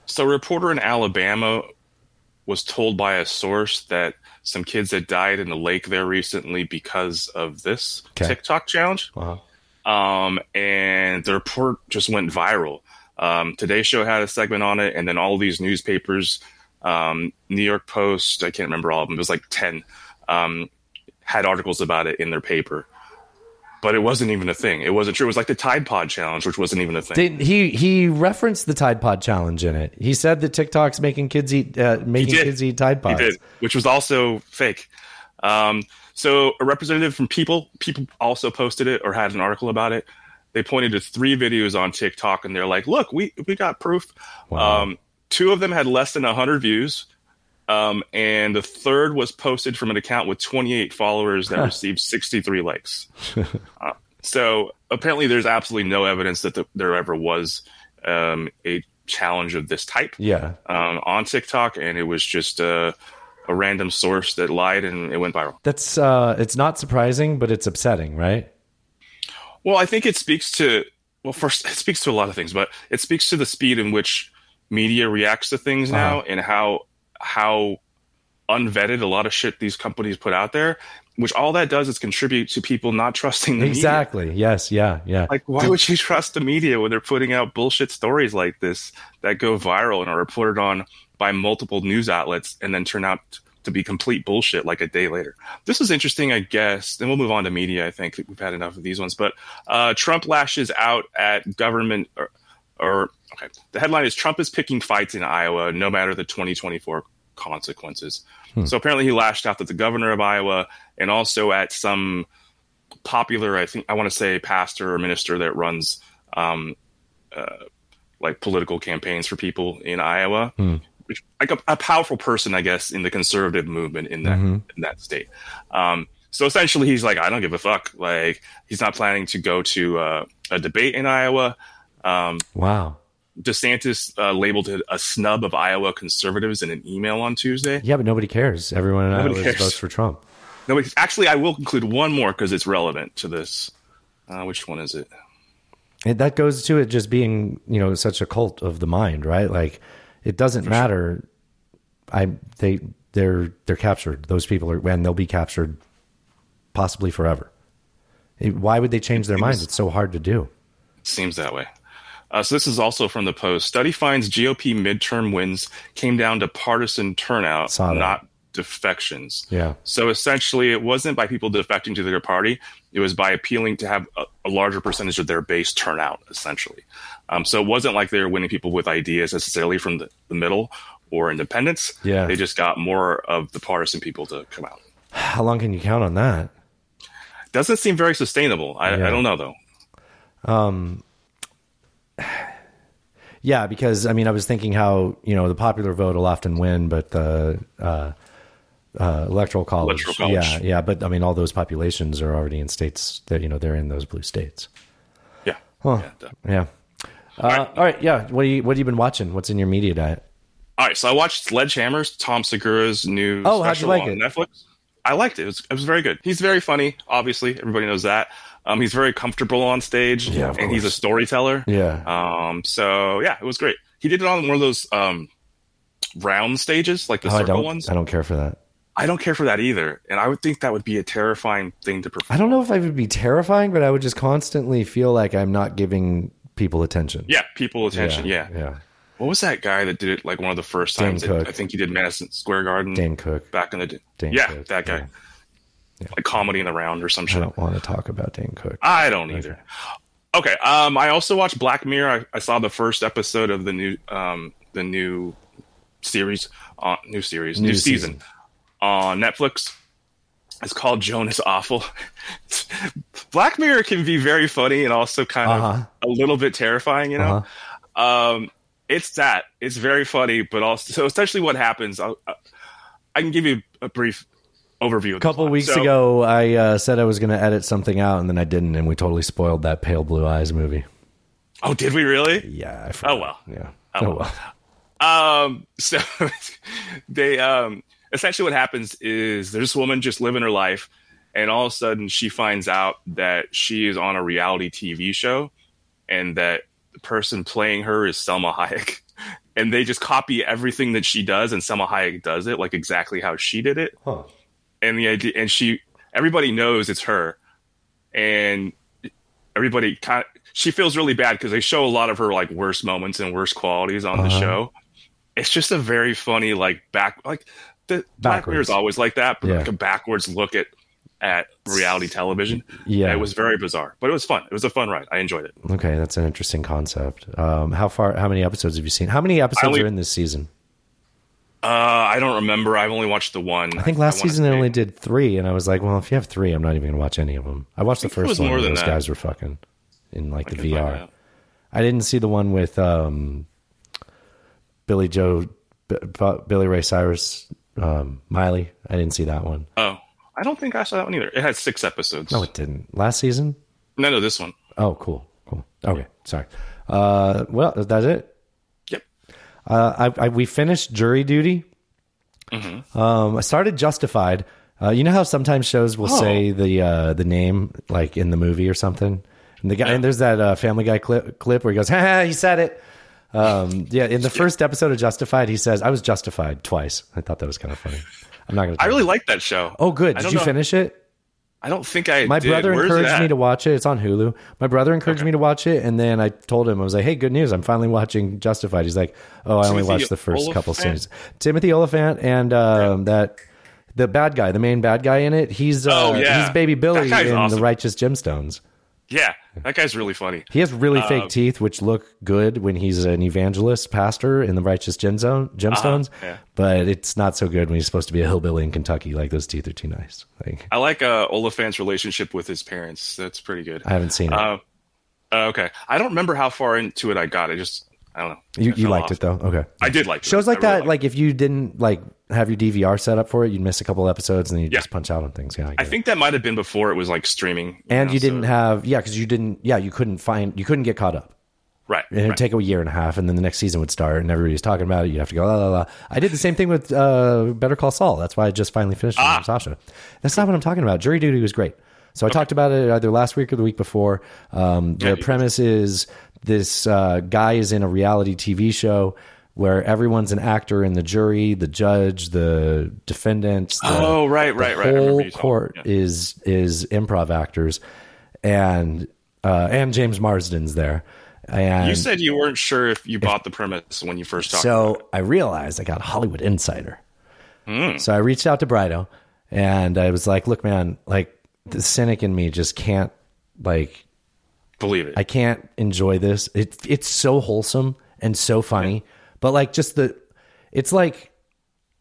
Speaker 4: So, a reporter in Alabama was told by a source that some kids had died in the lake there recently because of this
Speaker 2: Okay.
Speaker 4: TikTok challenge. Um, and the report just went viral. Um, Today Show had a segment on it, and then all these newspapers, um, New York Post, I can't remember all of them, it was like 10, um, had articles about it in their paper. But it wasn't even a thing. It wasn't true. It was like the Tide Pod Challenge, which wasn't even a thing.
Speaker 2: Did he he referenced the Tide Pod challenge in it? He said that TikTok's making kids eat uh, making
Speaker 4: did.
Speaker 2: kids eat Tide
Speaker 4: He
Speaker 2: Pods.
Speaker 4: did, which was also fake. Um, so a representative from People, People also posted it or had an article about it. They pointed to three videos on TikTok and they're like, "Look, we we got proof." Um, two of them had less than hundred views, um, and the third was posted from an account with 28 followers that received 63 likes. Uh, so apparently, there's absolutely no evidence that the, there ever was um, a challenge of this type
Speaker 2: Yeah.
Speaker 4: um, on TikTok, and it was just uh, a random source that lied, and it went viral.
Speaker 2: That's uh it's not surprising, but it's upsetting, right?
Speaker 4: Well, I think it speaks to well, first it speaks to a lot of things, but it speaks to the speed in which media reacts to things now, and how how unvetted a lot of shit these companies put out there. Which all that does is contribute to people not trusting the media.
Speaker 2: Exactly. Yes, yeah, yeah.
Speaker 4: Like, why would you trust the media when they're putting out bullshit stories like this that go viral and are reported on by multiple news outlets and then turn out to be complete bullshit like a day later? This is interesting, I guess. Then we'll move on to media. I think we've had enough of these ones. But uh, Trump lashes out at government. Or, or okay, the headline is Trump is picking fights in Iowa, no matter the 2024 consequences. So apparently, he lashed out at the governor of Iowa and also at some popular, I think I want to say pastor or minister that runs um, uh, like political campaigns for people in Iowa, which like a, a powerful person, I guess, in the conservative movement in that
Speaker 13: Mhm.
Speaker 4: in that state. Um, so essentially, he's like, I don't give a fuck. Like he's not planning to go to uh, a debate in Iowa. Um,
Speaker 2: Wow.
Speaker 4: DeSantis uh, labeled it a snub of Iowa conservatives in an email on Tuesday.
Speaker 2: Yeah, but nobody cares. Everyone in
Speaker 4: Nobody
Speaker 2: Iowa
Speaker 4: cares.
Speaker 2: votes for Trump.
Speaker 4: No, wait, actually, I will include one more because it's relevant to this. Uh, which one is it?
Speaker 2: And that goes to it just being, you know, such a cult of the mind, right? Like it doesn't matter. I they they're they're captured. Those people are and they'll be captured possibly forever. It- why would they change their minds? It's so hard to do.
Speaker 4: Seems that way. Uh, so this is also from the Post. Study finds GOP midterm wins came down to partisan turnout,
Speaker 2: Saw that.
Speaker 4: not defections.
Speaker 2: Yeah.
Speaker 4: So essentially, it wasn't by people defecting to their party; it was by appealing to have a, a larger percentage of their base turn out. Essentially, um, so it wasn't like they were winning people with ideas necessarily from the, the middle or independents.
Speaker 2: Yeah.
Speaker 4: they just got more of the partisan people to come out.
Speaker 2: How long can you count on that?
Speaker 4: Doesn't seem very sustainable. I, I don't know though.
Speaker 2: Um, yeah, because I mean, I was thinking how you know the popular vote will often win, but the uh, uh, electoral college,
Speaker 4: Electoral college.
Speaker 2: yeah, yeah. But I mean, all those populations are already in states that you know they're in those blue states.
Speaker 4: Yeah.
Speaker 2: Huh. Yeah. Uh, all, right. Yeah. What do you What have you been watching? What's in your media diet?
Speaker 4: All right, so I watched Sledgehammers, Tom Segura's new
Speaker 2: Oh, how'd you
Speaker 4: special
Speaker 2: like
Speaker 4: on
Speaker 2: it?
Speaker 4: Netflix. I liked it. It was, it was very good. He's very funny, obviously. Everybody knows that. Um, he's very comfortable on stage,
Speaker 2: Yeah, of
Speaker 4: and he's a
Speaker 2: course.
Speaker 4: storyteller.
Speaker 2: Yeah.
Speaker 4: Um, so yeah, it was great. He did it on one of those um, round stages, like the
Speaker 2: Oh, I
Speaker 4: circle
Speaker 2: don't.
Speaker 4: ones.
Speaker 2: I don't care for that.
Speaker 4: I don't care for that either, and I would think that would be a terrifying thing to perform.
Speaker 2: I don't know if I would be terrifying, but I would just constantly feel like I'm not giving people attention.
Speaker 4: Yeah, people attention. Yeah,
Speaker 2: yeah.
Speaker 4: What was that guy that did it like one of the first
Speaker 2: Dan
Speaker 4: times? that-
Speaker 2: Cook.
Speaker 4: I think he did Madison Square Garden.
Speaker 2: Dan Cook.
Speaker 4: back in the day.
Speaker 2: Dan
Speaker 4: yeah,
Speaker 2: Cook,
Speaker 4: that guy. Like comedy in the round or some
Speaker 2: I
Speaker 4: shit.
Speaker 2: don't want to talk about Dan Cook.
Speaker 4: I don't either. Okay. Um, I also watched Black Mirror. I, I saw the first episode of the new um, the new series on new series new,
Speaker 2: New
Speaker 4: season.
Speaker 2: season.
Speaker 4: on Netflix. It's called Joan is awful. Black Mirror can be very funny and also kind
Speaker 2: Uh-huh.
Speaker 4: of a little bit terrifying. You know, um, it's that it's very funny, but also so essentially what happens. I'll, I- I can give you a brief overview. of the
Speaker 2: A couple
Speaker 4: plot.
Speaker 2: weeks
Speaker 4: So-
Speaker 2: ago, I uh, said I was going to edit something out, and then I didn't, and we totally spoiled that Pale Blue Eyes movie.
Speaker 4: Oh, did we really?
Speaker 2: Yeah. I
Speaker 4: oh well.
Speaker 2: Yeah.
Speaker 4: Oh,
Speaker 2: Oh, well.
Speaker 4: Um, so they um essentially what happens is there's this woman just living her life, and all of a sudden she finds out that she is on a reality TV show, and that the person playing her is Selma Hayek, and they just copy everything that she does, and Selma Hayek does it like exactly how she did it
Speaker 2: Huh.
Speaker 4: and the idea and she everybody knows it's her and everybody kind of, she feels really bad because they show a lot of her like worst moments and worst qualities on the
Speaker 2: Uh-huh.
Speaker 4: show it's just a very funny like back like the black
Speaker 2: Backwards.
Speaker 4: mirror's always like that but
Speaker 2: Yeah.
Speaker 4: like a backwards look at at reality television
Speaker 2: Yeah.
Speaker 4: it was very bizarre but it was fun it was a fun ride i enjoyed it
Speaker 2: Okay, that's an interesting concept. Um, how far? How many episodes have you seen? How many episodes
Speaker 4: only-
Speaker 2: are in this season?
Speaker 4: uh i don't remember i've only watched the one
Speaker 2: I think last
Speaker 4: wanna
Speaker 2: season they
Speaker 4: say-
Speaker 2: only did three, and I was like, well, if you have three, I'm not even going to watch any of them. I watched the
Speaker 4: it was
Speaker 2: first one
Speaker 4: more
Speaker 2: where
Speaker 4: than
Speaker 2: those
Speaker 4: that.
Speaker 2: guys were fucking in like the
Speaker 4: can find
Speaker 2: VR.
Speaker 4: out.
Speaker 2: I didn't see the one with um, Billy Joe, B- B- Billy Ray Cyrus, um, Miley. I didn't see that one.
Speaker 4: oh i don't think i saw that one either it had six episodes
Speaker 2: No, it didn't. Last season?
Speaker 4: no no this one
Speaker 2: Oh, cool, cool. Okay, sorry. Uh, well, that's it.
Speaker 4: Yep.
Speaker 2: Uh, I, I we finished Jury Duty.
Speaker 4: Mm-hmm.
Speaker 2: Um, I started Justified. Uh, you know how sometimes shows will
Speaker 4: Oh.
Speaker 2: say the uh, the name like in the movie or something, and the guy and there's that uh, Family Guy clip clip where he goes, "Ha, ha, he said it." Um, yeah, in the first episode of Justified, he says, "I was justified twice." I thought that was kind of funny. I'm not gonna.
Speaker 4: i really like that show
Speaker 2: oh, good.
Speaker 4: I
Speaker 2: Did
Speaker 4: don't
Speaker 2: you
Speaker 4: know-
Speaker 2: finish it?
Speaker 4: I don't think I.
Speaker 2: My
Speaker 4: did.
Speaker 2: brother
Speaker 4: Where's it
Speaker 2: encouraged
Speaker 4: at?
Speaker 2: me to watch it. It's on Hulu. My brother encouraged me to watch it, and then I told him I was like, "Hey, good news! I'm finally watching Justified." He's like, "Oh, I only
Speaker 4: Timothy
Speaker 2: watched the first couple
Speaker 4: Oliphant?
Speaker 2: scenes." Timothy Oliphant and um, that the bad guy, the main bad guy in it. He's uh,
Speaker 4: Oh, yeah.
Speaker 2: he's Baby
Speaker 4: That
Speaker 2: Billy in
Speaker 4: guy's awesome.
Speaker 2: the Righteous Gemstones.
Speaker 4: Yeah, that guy's really funny.
Speaker 2: He has really
Speaker 4: Uh,
Speaker 2: fake teeth, which look good when he's an evangelist pastor in the Righteous Gemstone, Gemstones.
Speaker 4: Uh-huh, yeah.
Speaker 2: But it's not so good when he's supposed to be a hillbilly in Kentucky. Like those teeth are too nice. Like
Speaker 4: I like uh, Oliphant's relationship with his parents. That's pretty good.
Speaker 2: I haven't seen it.
Speaker 4: Uh, uh, okay, I don't remember how far into it I got. I just I don't know.
Speaker 2: you
Speaker 4: I
Speaker 2: you
Speaker 4: fell
Speaker 2: liked
Speaker 4: off.
Speaker 2: it though, okay?
Speaker 4: I did like it.
Speaker 2: shows like
Speaker 4: I really
Speaker 2: that
Speaker 4: liked
Speaker 2: like if you didn't like have your dvr set up for it you'd miss a couple episodes and then you would
Speaker 4: Yeah.
Speaker 2: just punch out on things yeah I
Speaker 4: it. I
Speaker 2: get it.
Speaker 4: think that might have been before it was like streaming.
Speaker 2: and
Speaker 4: know,
Speaker 2: you
Speaker 4: so-
Speaker 2: didn't have yeah because you didn't yeah you couldn't find you couldn't get caught up
Speaker 4: right.
Speaker 2: and it'd
Speaker 4: right.
Speaker 2: take a year and a half and then the next season would start and everybody's talking about it you'd have to go la la la i did the same thing with uh better call saul that's why i just finally finished it
Speaker 4: Ah.
Speaker 2: with sasha that's not what i'm talking about jury duty was great so i talked about it either last week or the week before um the premise is this uh guy is in a reality tv show where everyone's an actor in the jury, the judge, the defendants. The,
Speaker 4: Oh, right,
Speaker 2: the
Speaker 4: right, right. I remember
Speaker 2: Whole
Speaker 4: you told-
Speaker 2: court
Speaker 4: yeah.
Speaker 2: is is improv actors, and uh, and James Marsden's there. And
Speaker 4: You said you weren't sure if you bought the premise when you first talked. about Hmm.
Speaker 2: so I realized I got Hollywood Insider. So I reached out to Brido and I was like, look, man, like the cynic in me just can't like
Speaker 4: it. believe it.
Speaker 2: I can't enjoy this. It it's so wholesome and so funny, but like just the it's like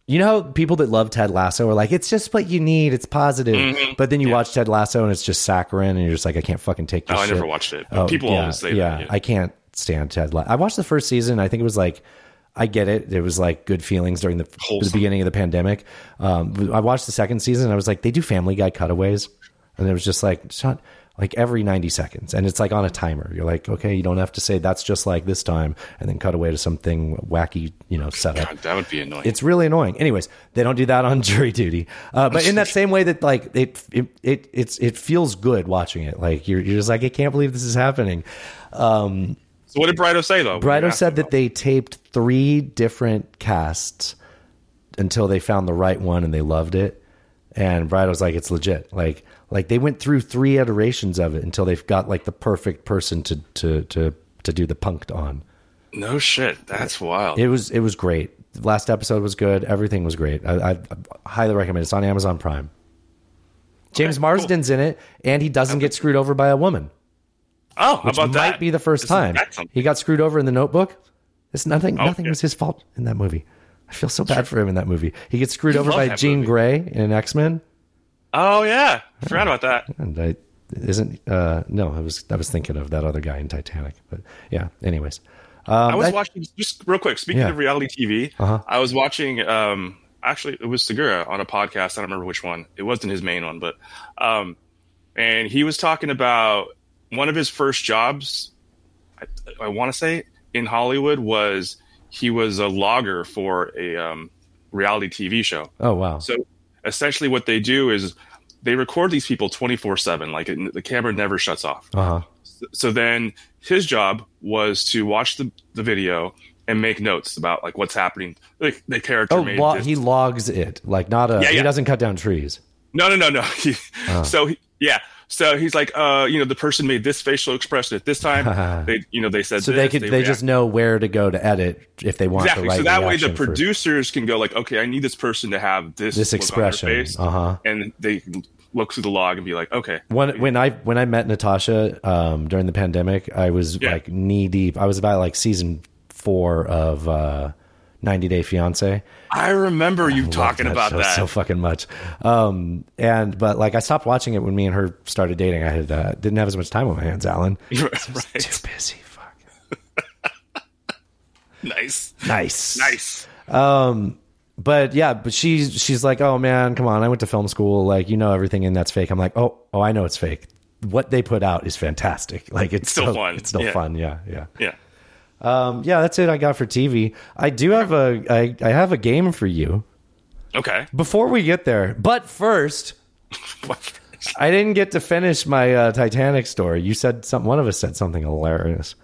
Speaker 2: you know how people that love Ted Lasso are like it's just what you need. It's positive,
Speaker 4: Mm-hmm.
Speaker 2: but then you watch Ted Lasso and it's just saccharine, and you're just like I can't fucking take this.
Speaker 4: Oh, I never
Speaker 2: shit.
Speaker 4: watched it, but people always say that,
Speaker 2: yeah,
Speaker 4: yeah.
Speaker 2: I can't stand Ted Lasso. I watched the first season. I think it was like. I get it. It was like good feelings during the, the
Speaker 4: Wholesome.
Speaker 2: beginning of the pandemic. Um, I watched the second season. And I was like, they do Family Guy cutaways, and it was just like shot like every ninety seconds, and it's like on a timer. You're like, okay, you don't have to say that's just like this time, and then cut away to something wacky, you know, setup.
Speaker 4: God, that would be annoying.
Speaker 2: It's really annoying. Anyways, they don't do that on jury duty. Uh, but in that same way that like it, it, it, it's, it feels good watching it. Like you're, you're just like, I can't believe this is happening. Um,
Speaker 4: so what did Brido say though? when you
Speaker 2: Brido
Speaker 4: asked
Speaker 2: said
Speaker 4: him
Speaker 2: that they taped three different casts until they found the right one and they loved it. And Bride was like, it's legit. Like, like they went through three iterations of it until they've got like the perfect person to to to to do the punked on.
Speaker 4: No shit. That's wild.
Speaker 2: It was it was great. The last episode was good. Everything was great. I, I, I highly recommend. it. It's on Amazon Prime. James Marsden's in it, and he doesn't get screwed over by a woman.
Speaker 4: Oh,
Speaker 2: which
Speaker 4: about
Speaker 2: might
Speaker 4: that?
Speaker 2: be the 1st
Speaker 4: Isn't
Speaker 2: time
Speaker 4: that something?
Speaker 2: he got screwed over in the Notebook. It's nothing.
Speaker 4: Oh,
Speaker 2: nothing was his fault in that movie. I feel so bad for him in that movie. He gets screwed
Speaker 4: You
Speaker 2: over
Speaker 4: love
Speaker 2: by
Speaker 4: that
Speaker 2: Jean Grey in X Men,
Speaker 4: Oh yeah, I forgot about that.
Speaker 2: and I isn't. Uh, no, I was I was thinking of that other guy in Titanic, but yeah. Anyways, um,
Speaker 4: I was
Speaker 2: that-
Speaker 4: watching just real quick. Speaking
Speaker 2: Yeah.
Speaker 4: of reality TV,
Speaker 2: Uh-huh.
Speaker 4: I was watching. Um, actually, it was Segura on a podcast. I don't remember which one. It wasn't his main one, but um, and he was talking about one of his first jobs. I, I want to say in Hollywood was he was a logger for a um, reality TV show.
Speaker 2: Oh wow.
Speaker 4: So essentially, what they do is they record these people twenty four seven. Like it, the camera never shuts off.
Speaker 2: uh huh.
Speaker 4: so then his job was to watch the, the video and make notes about like what's happening like the character
Speaker 2: Oh,
Speaker 4: made
Speaker 2: lo-
Speaker 4: this-
Speaker 2: he logs it like not a.
Speaker 4: Yeah,
Speaker 2: He
Speaker 4: yeah.
Speaker 2: doesn't cut down trees.
Speaker 4: no no no no He-
Speaker 2: Oh.
Speaker 4: so he, yeah so he's like uh you know the person made this facial expression at this time they you know they said
Speaker 2: so
Speaker 4: this,
Speaker 2: they could they, just
Speaker 4: react-
Speaker 2: know where to go to edit if they want
Speaker 4: exactly
Speaker 2: the right
Speaker 4: so that way the
Speaker 2: reaction for
Speaker 4: producers can go like okay i need this person to have this
Speaker 2: this
Speaker 4: look on their
Speaker 2: expression.
Speaker 4: face.
Speaker 2: Uh huh.
Speaker 4: and they can look through the log and be like okay
Speaker 2: When when I when I met Natasha um, during the pandemic, I was
Speaker 4: Yeah.
Speaker 2: like knee deep. I was about like season four of uh, 90 Day Fiance.
Speaker 4: i remember you
Speaker 2: I
Speaker 4: talking
Speaker 2: loved
Speaker 4: about
Speaker 2: Oh, show
Speaker 4: that
Speaker 2: so fucking much. Um, and but like I stopped watching it when me and her started dating. I had uh, didn't have as much time on my hands, Alan.
Speaker 4: right.
Speaker 2: too busy fuck
Speaker 4: nice
Speaker 2: Nice,
Speaker 4: nice
Speaker 2: Um, but yeah, but she's she's like, oh man, come on, I went to film school, like you know everything, and that's fake. I'm like, oh, oh, I know it's fake. What they put out is fantastic. Like it's,
Speaker 4: It's still
Speaker 2: so-
Speaker 4: fun.
Speaker 2: It's still
Speaker 4: Yeah.
Speaker 2: fun. Yeah, yeah,
Speaker 4: yeah
Speaker 2: um, yeah. That's it. I got for TV. I do have a I, I have a game for you
Speaker 4: okay
Speaker 2: before we get there. But first, I didn't get to finish my uh, Titanic story. You said some one of us said something hilarious.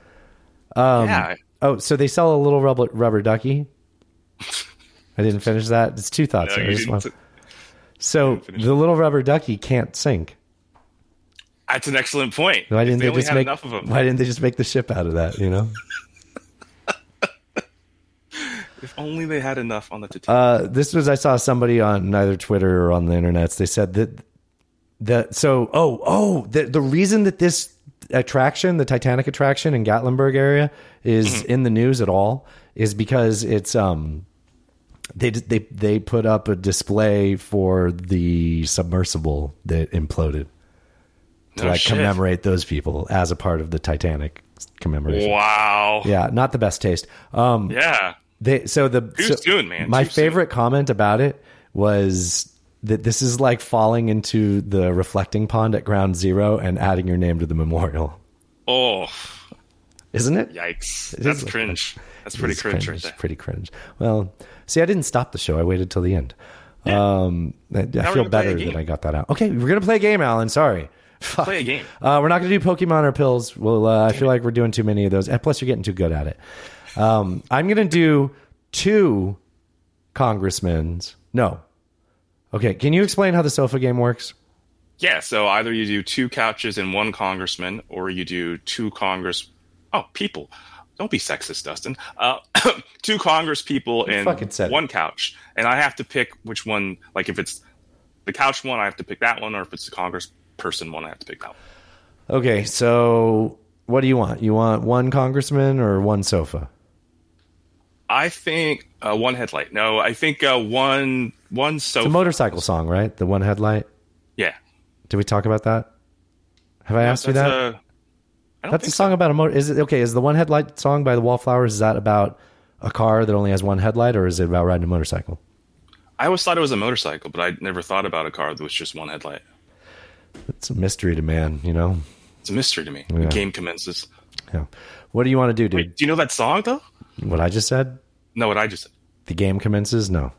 Speaker 2: Um,
Speaker 4: Yeah.
Speaker 2: Oh, so they sell a little rubber, rubber ducky. I didn't finish that. It's two thoughts.
Speaker 4: No,
Speaker 2: there.
Speaker 4: you
Speaker 2: I just
Speaker 4: didn't
Speaker 2: want-
Speaker 4: t-
Speaker 2: so the little rubber ducky can't sink.
Speaker 4: That's an excellent point.
Speaker 2: Why didn't
Speaker 4: If they,
Speaker 2: they,
Speaker 4: only
Speaker 2: just
Speaker 4: had
Speaker 2: make?
Speaker 4: enough of them?
Speaker 2: Why didn't they just make the ship out of that? You know.
Speaker 4: If only they had enough on the Titanic.
Speaker 2: Uh, this was I saw somebody on either Twitter or on the internets. They said that that so oh oh the the reason that this attraction, the Titanic attraction in Gatlinburg area, is
Speaker 4: Mm-hmm.
Speaker 2: in the news at all is because it's um they they they put up a display for the submersible that imploded to
Speaker 4: No
Speaker 2: like
Speaker 4: shit.
Speaker 2: commemorate those people as a part of the Titanic commemoration.
Speaker 4: wow.
Speaker 2: Yeah, not the best taste. Um,
Speaker 4: Yeah.
Speaker 2: they so the
Speaker 4: Too
Speaker 2: so
Speaker 4: soon, man.
Speaker 2: My
Speaker 4: Too soon.
Speaker 2: favorite comment about it was that this is like falling into the reflecting pond at ground zero and adding your name to the memorial,
Speaker 4: Oh,
Speaker 2: isn't it?
Speaker 4: yikes.
Speaker 2: It
Speaker 4: That's
Speaker 2: is-
Speaker 4: cringe. That's
Speaker 2: It
Speaker 4: pretty
Speaker 2: is
Speaker 4: cringe,
Speaker 2: cringe,
Speaker 4: right there.
Speaker 2: Pretty cringe. Well, see, I didn't stop the show. I waited till the end. Um, I, I
Speaker 4: we're
Speaker 2: feel
Speaker 4: gonna play a
Speaker 2: better
Speaker 4: game.
Speaker 2: that I got that out. Okay, we're gonna play a game, Alan. Sorry. Fuck.
Speaker 4: Play a game.
Speaker 2: Uh, we're not going to do Pokemon or pills. Well, uh, I feel like we're doing too many of those. And plus, you're getting too good at it. Um, I'm going to do two congressmen's. No. Okay. Can you explain how the sofa game works?
Speaker 4: Yeah. So either you do two couches and one congressman, or you do two congress. Oh, people. Don't be sexist, Dustin. Uh, two congress people and
Speaker 2: fucking said it.
Speaker 4: one couch. And I have to pick which one, like if it's the couch one, I have to pick that one, or if it's the congress person one, I have to pick that one.
Speaker 2: Okay. So, what do you want? You want one congressman or one sofa?
Speaker 4: I think uh, one headlight. No, I think uh, one one sofa.
Speaker 2: It's a motorcycle song, right? The one headlight.
Speaker 4: yeah.
Speaker 2: Did we talk about that? Have I asked you
Speaker 4: That's
Speaker 2: that?
Speaker 4: a- I don't
Speaker 2: That's a
Speaker 4: think
Speaker 2: song about a motor. Is it okay? Is the one headlight song by the Wallflowers? Is that about a car that only has one headlight, or is it about riding a motorcycle?
Speaker 4: I always thought it was a motorcycle, but I never thought about a car that was just one headlight.
Speaker 2: It's a mystery to man, you know.
Speaker 4: It's a mystery to me.
Speaker 2: Yeah.
Speaker 4: The game commences.
Speaker 2: Yeah. What do you want to do, dude?
Speaker 4: Wait, do you know that song though?
Speaker 2: What I just said?
Speaker 4: No, what I just said.
Speaker 2: The game commences. No.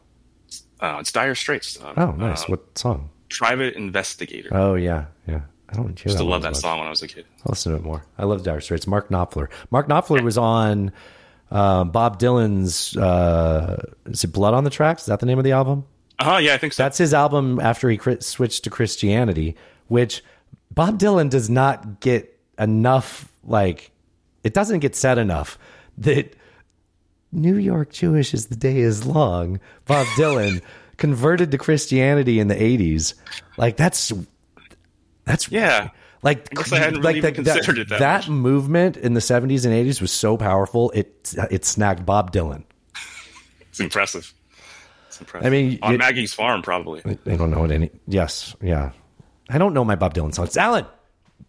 Speaker 4: Uh, it's Dire Straits. Um,
Speaker 2: Oh, nice.
Speaker 4: uh,
Speaker 2: what song?
Speaker 4: Private Investigator.
Speaker 2: Oh yeah, yeah. I don't hear
Speaker 4: I used
Speaker 2: that
Speaker 4: to
Speaker 2: one
Speaker 4: love
Speaker 2: as
Speaker 4: that
Speaker 2: much.
Speaker 4: song when I was a kid.
Speaker 2: I'll listen to it more. I love Dire Straits. Mark Knopfler. Mark Knopfler was on uh, Bob Dylan's uh, is it Blood on the Tracks? Is that the name of the album?
Speaker 4: Uh-huh, yeah, I think so.
Speaker 2: That's his album after he cri- switched to Christianity, which Bob Dylan does not get enough. Like it doesn't get said enough that New York Jewish as the day is long. Bob Dylan converted to Christianity in the '80s. Like that's that's
Speaker 4: yeah.
Speaker 2: Like,
Speaker 4: I guess I hadn't really even considered it that much.
Speaker 2: movement in the 70s and 80s was so powerful it it snagged Bob Dylan.
Speaker 4: It's impressive. It's impressive.
Speaker 2: I mean,
Speaker 4: on
Speaker 2: it-
Speaker 4: Maggie's farm, probably.
Speaker 2: I don't know what any. Yes, yeah. I don't know my Bob Dylan songs. Alan,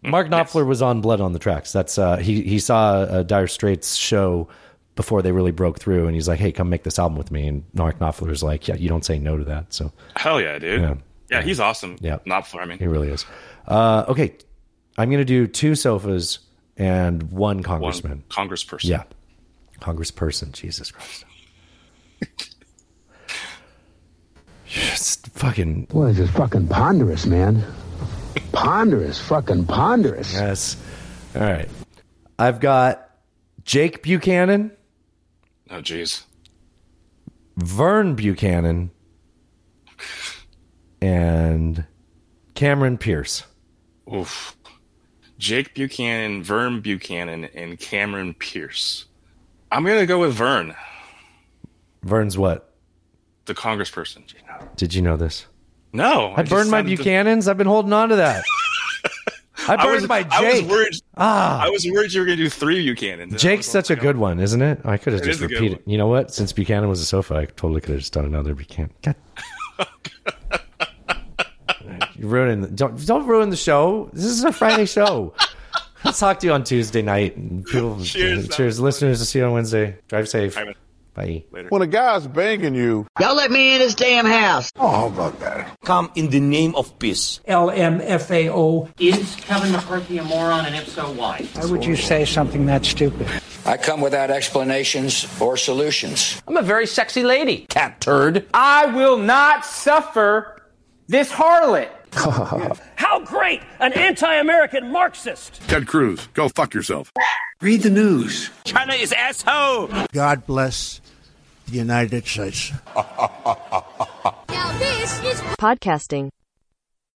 Speaker 2: Mark Knopfler was on Blood on the Tracks. That's uh, he he saw a Dire Straits show before they really broke through, and he's like, "Hey, come make this album with me." And Mark Knopfler's like, "Yeah, you don't say no to that." So
Speaker 4: Hell yeah, dude.
Speaker 2: Yeah.
Speaker 4: Yeah, he's awesome.
Speaker 2: Yeah.
Speaker 4: not farming.
Speaker 2: he really is. Uh, okay, I'm gonna do two sofas and one
Speaker 4: One
Speaker 2: congressman.
Speaker 4: congressperson.
Speaker 2: Yeah. Congressperson, Jesus Christ. Just fucking
Speaker 13: Boy, this is fucking ponderous, man. Ponderous, fucking ponderous.
Speaker 2: yes. All right. I've got Jake Buchanan,
Speaker 4: Oh, jeez.
Speaker 2: Vern Buchanan, and Cameron Pierce.
Speaker 4: Oof. Jake Buchanan, Vern Buchanan, and Cameron Pierce. I'm gonna go with Vern,
Speaker 2: Vern's what?
Speaker 4: the congressperson.
Speaker 2: Did you know this?
Speaker 4: No,
Speaker 2: I,
Speaker 4: just
Speaker 2: burned my
Speaker 4: said the-
Speaker 2: Buchanans. I've been holding on to that. I burned
Speaker 4: was,
Speaker 2: my
Speaker 4: I was
Speaker 2: Jake.
Speaker 4: worried.
Speaker 2: Ah.
Speaker 4: I was worried you were gonna do three Buchanans.
Speaker 2: Jake's such a good one, isn't it? I could have
Speaker 4: It
Speaker 2: just
Speaker 4: is a good
Speaker 2: repeated. You know what? Since Buchanan was a sofa, I totally could have just done another Buchanan. God. You're ruining. The, don't don't ruin the show. This is a Friday show. I'll talk to you on Tuesday night. And people,
Speaker 10: Cheers.
Speaker 2: cheers, listeners. I'll see you on Wednesday. Drive safe. Bye.
Speaker 10: When a guy's banging you,
Speaker 5: Y'all let me in this damn house.
Speaker 10: oh, about that.
Speaker 9: Come in the name of peace.
Speaker 14: LMFAO.
Speaker 6: Is Kevin McCarthy a moron, and if so, why?
Speaker 14: Why would you say something that stupid?
Speaker 9: I come without explanations or solutions.
Speaker 15: I'm a very sexy lady.
Speaker 9: Cat turd.
Speaker 15: I will not suffer this harlot.
Speaker 16: How great an anti American Marxist!
Speaker 17: Ted Cruz, go fuck yourself.
Speaker 16: Read the news.
Speaker 9: China is asshole.
Speaker 18: God bless the United States.
Speaker 19: Podcasting.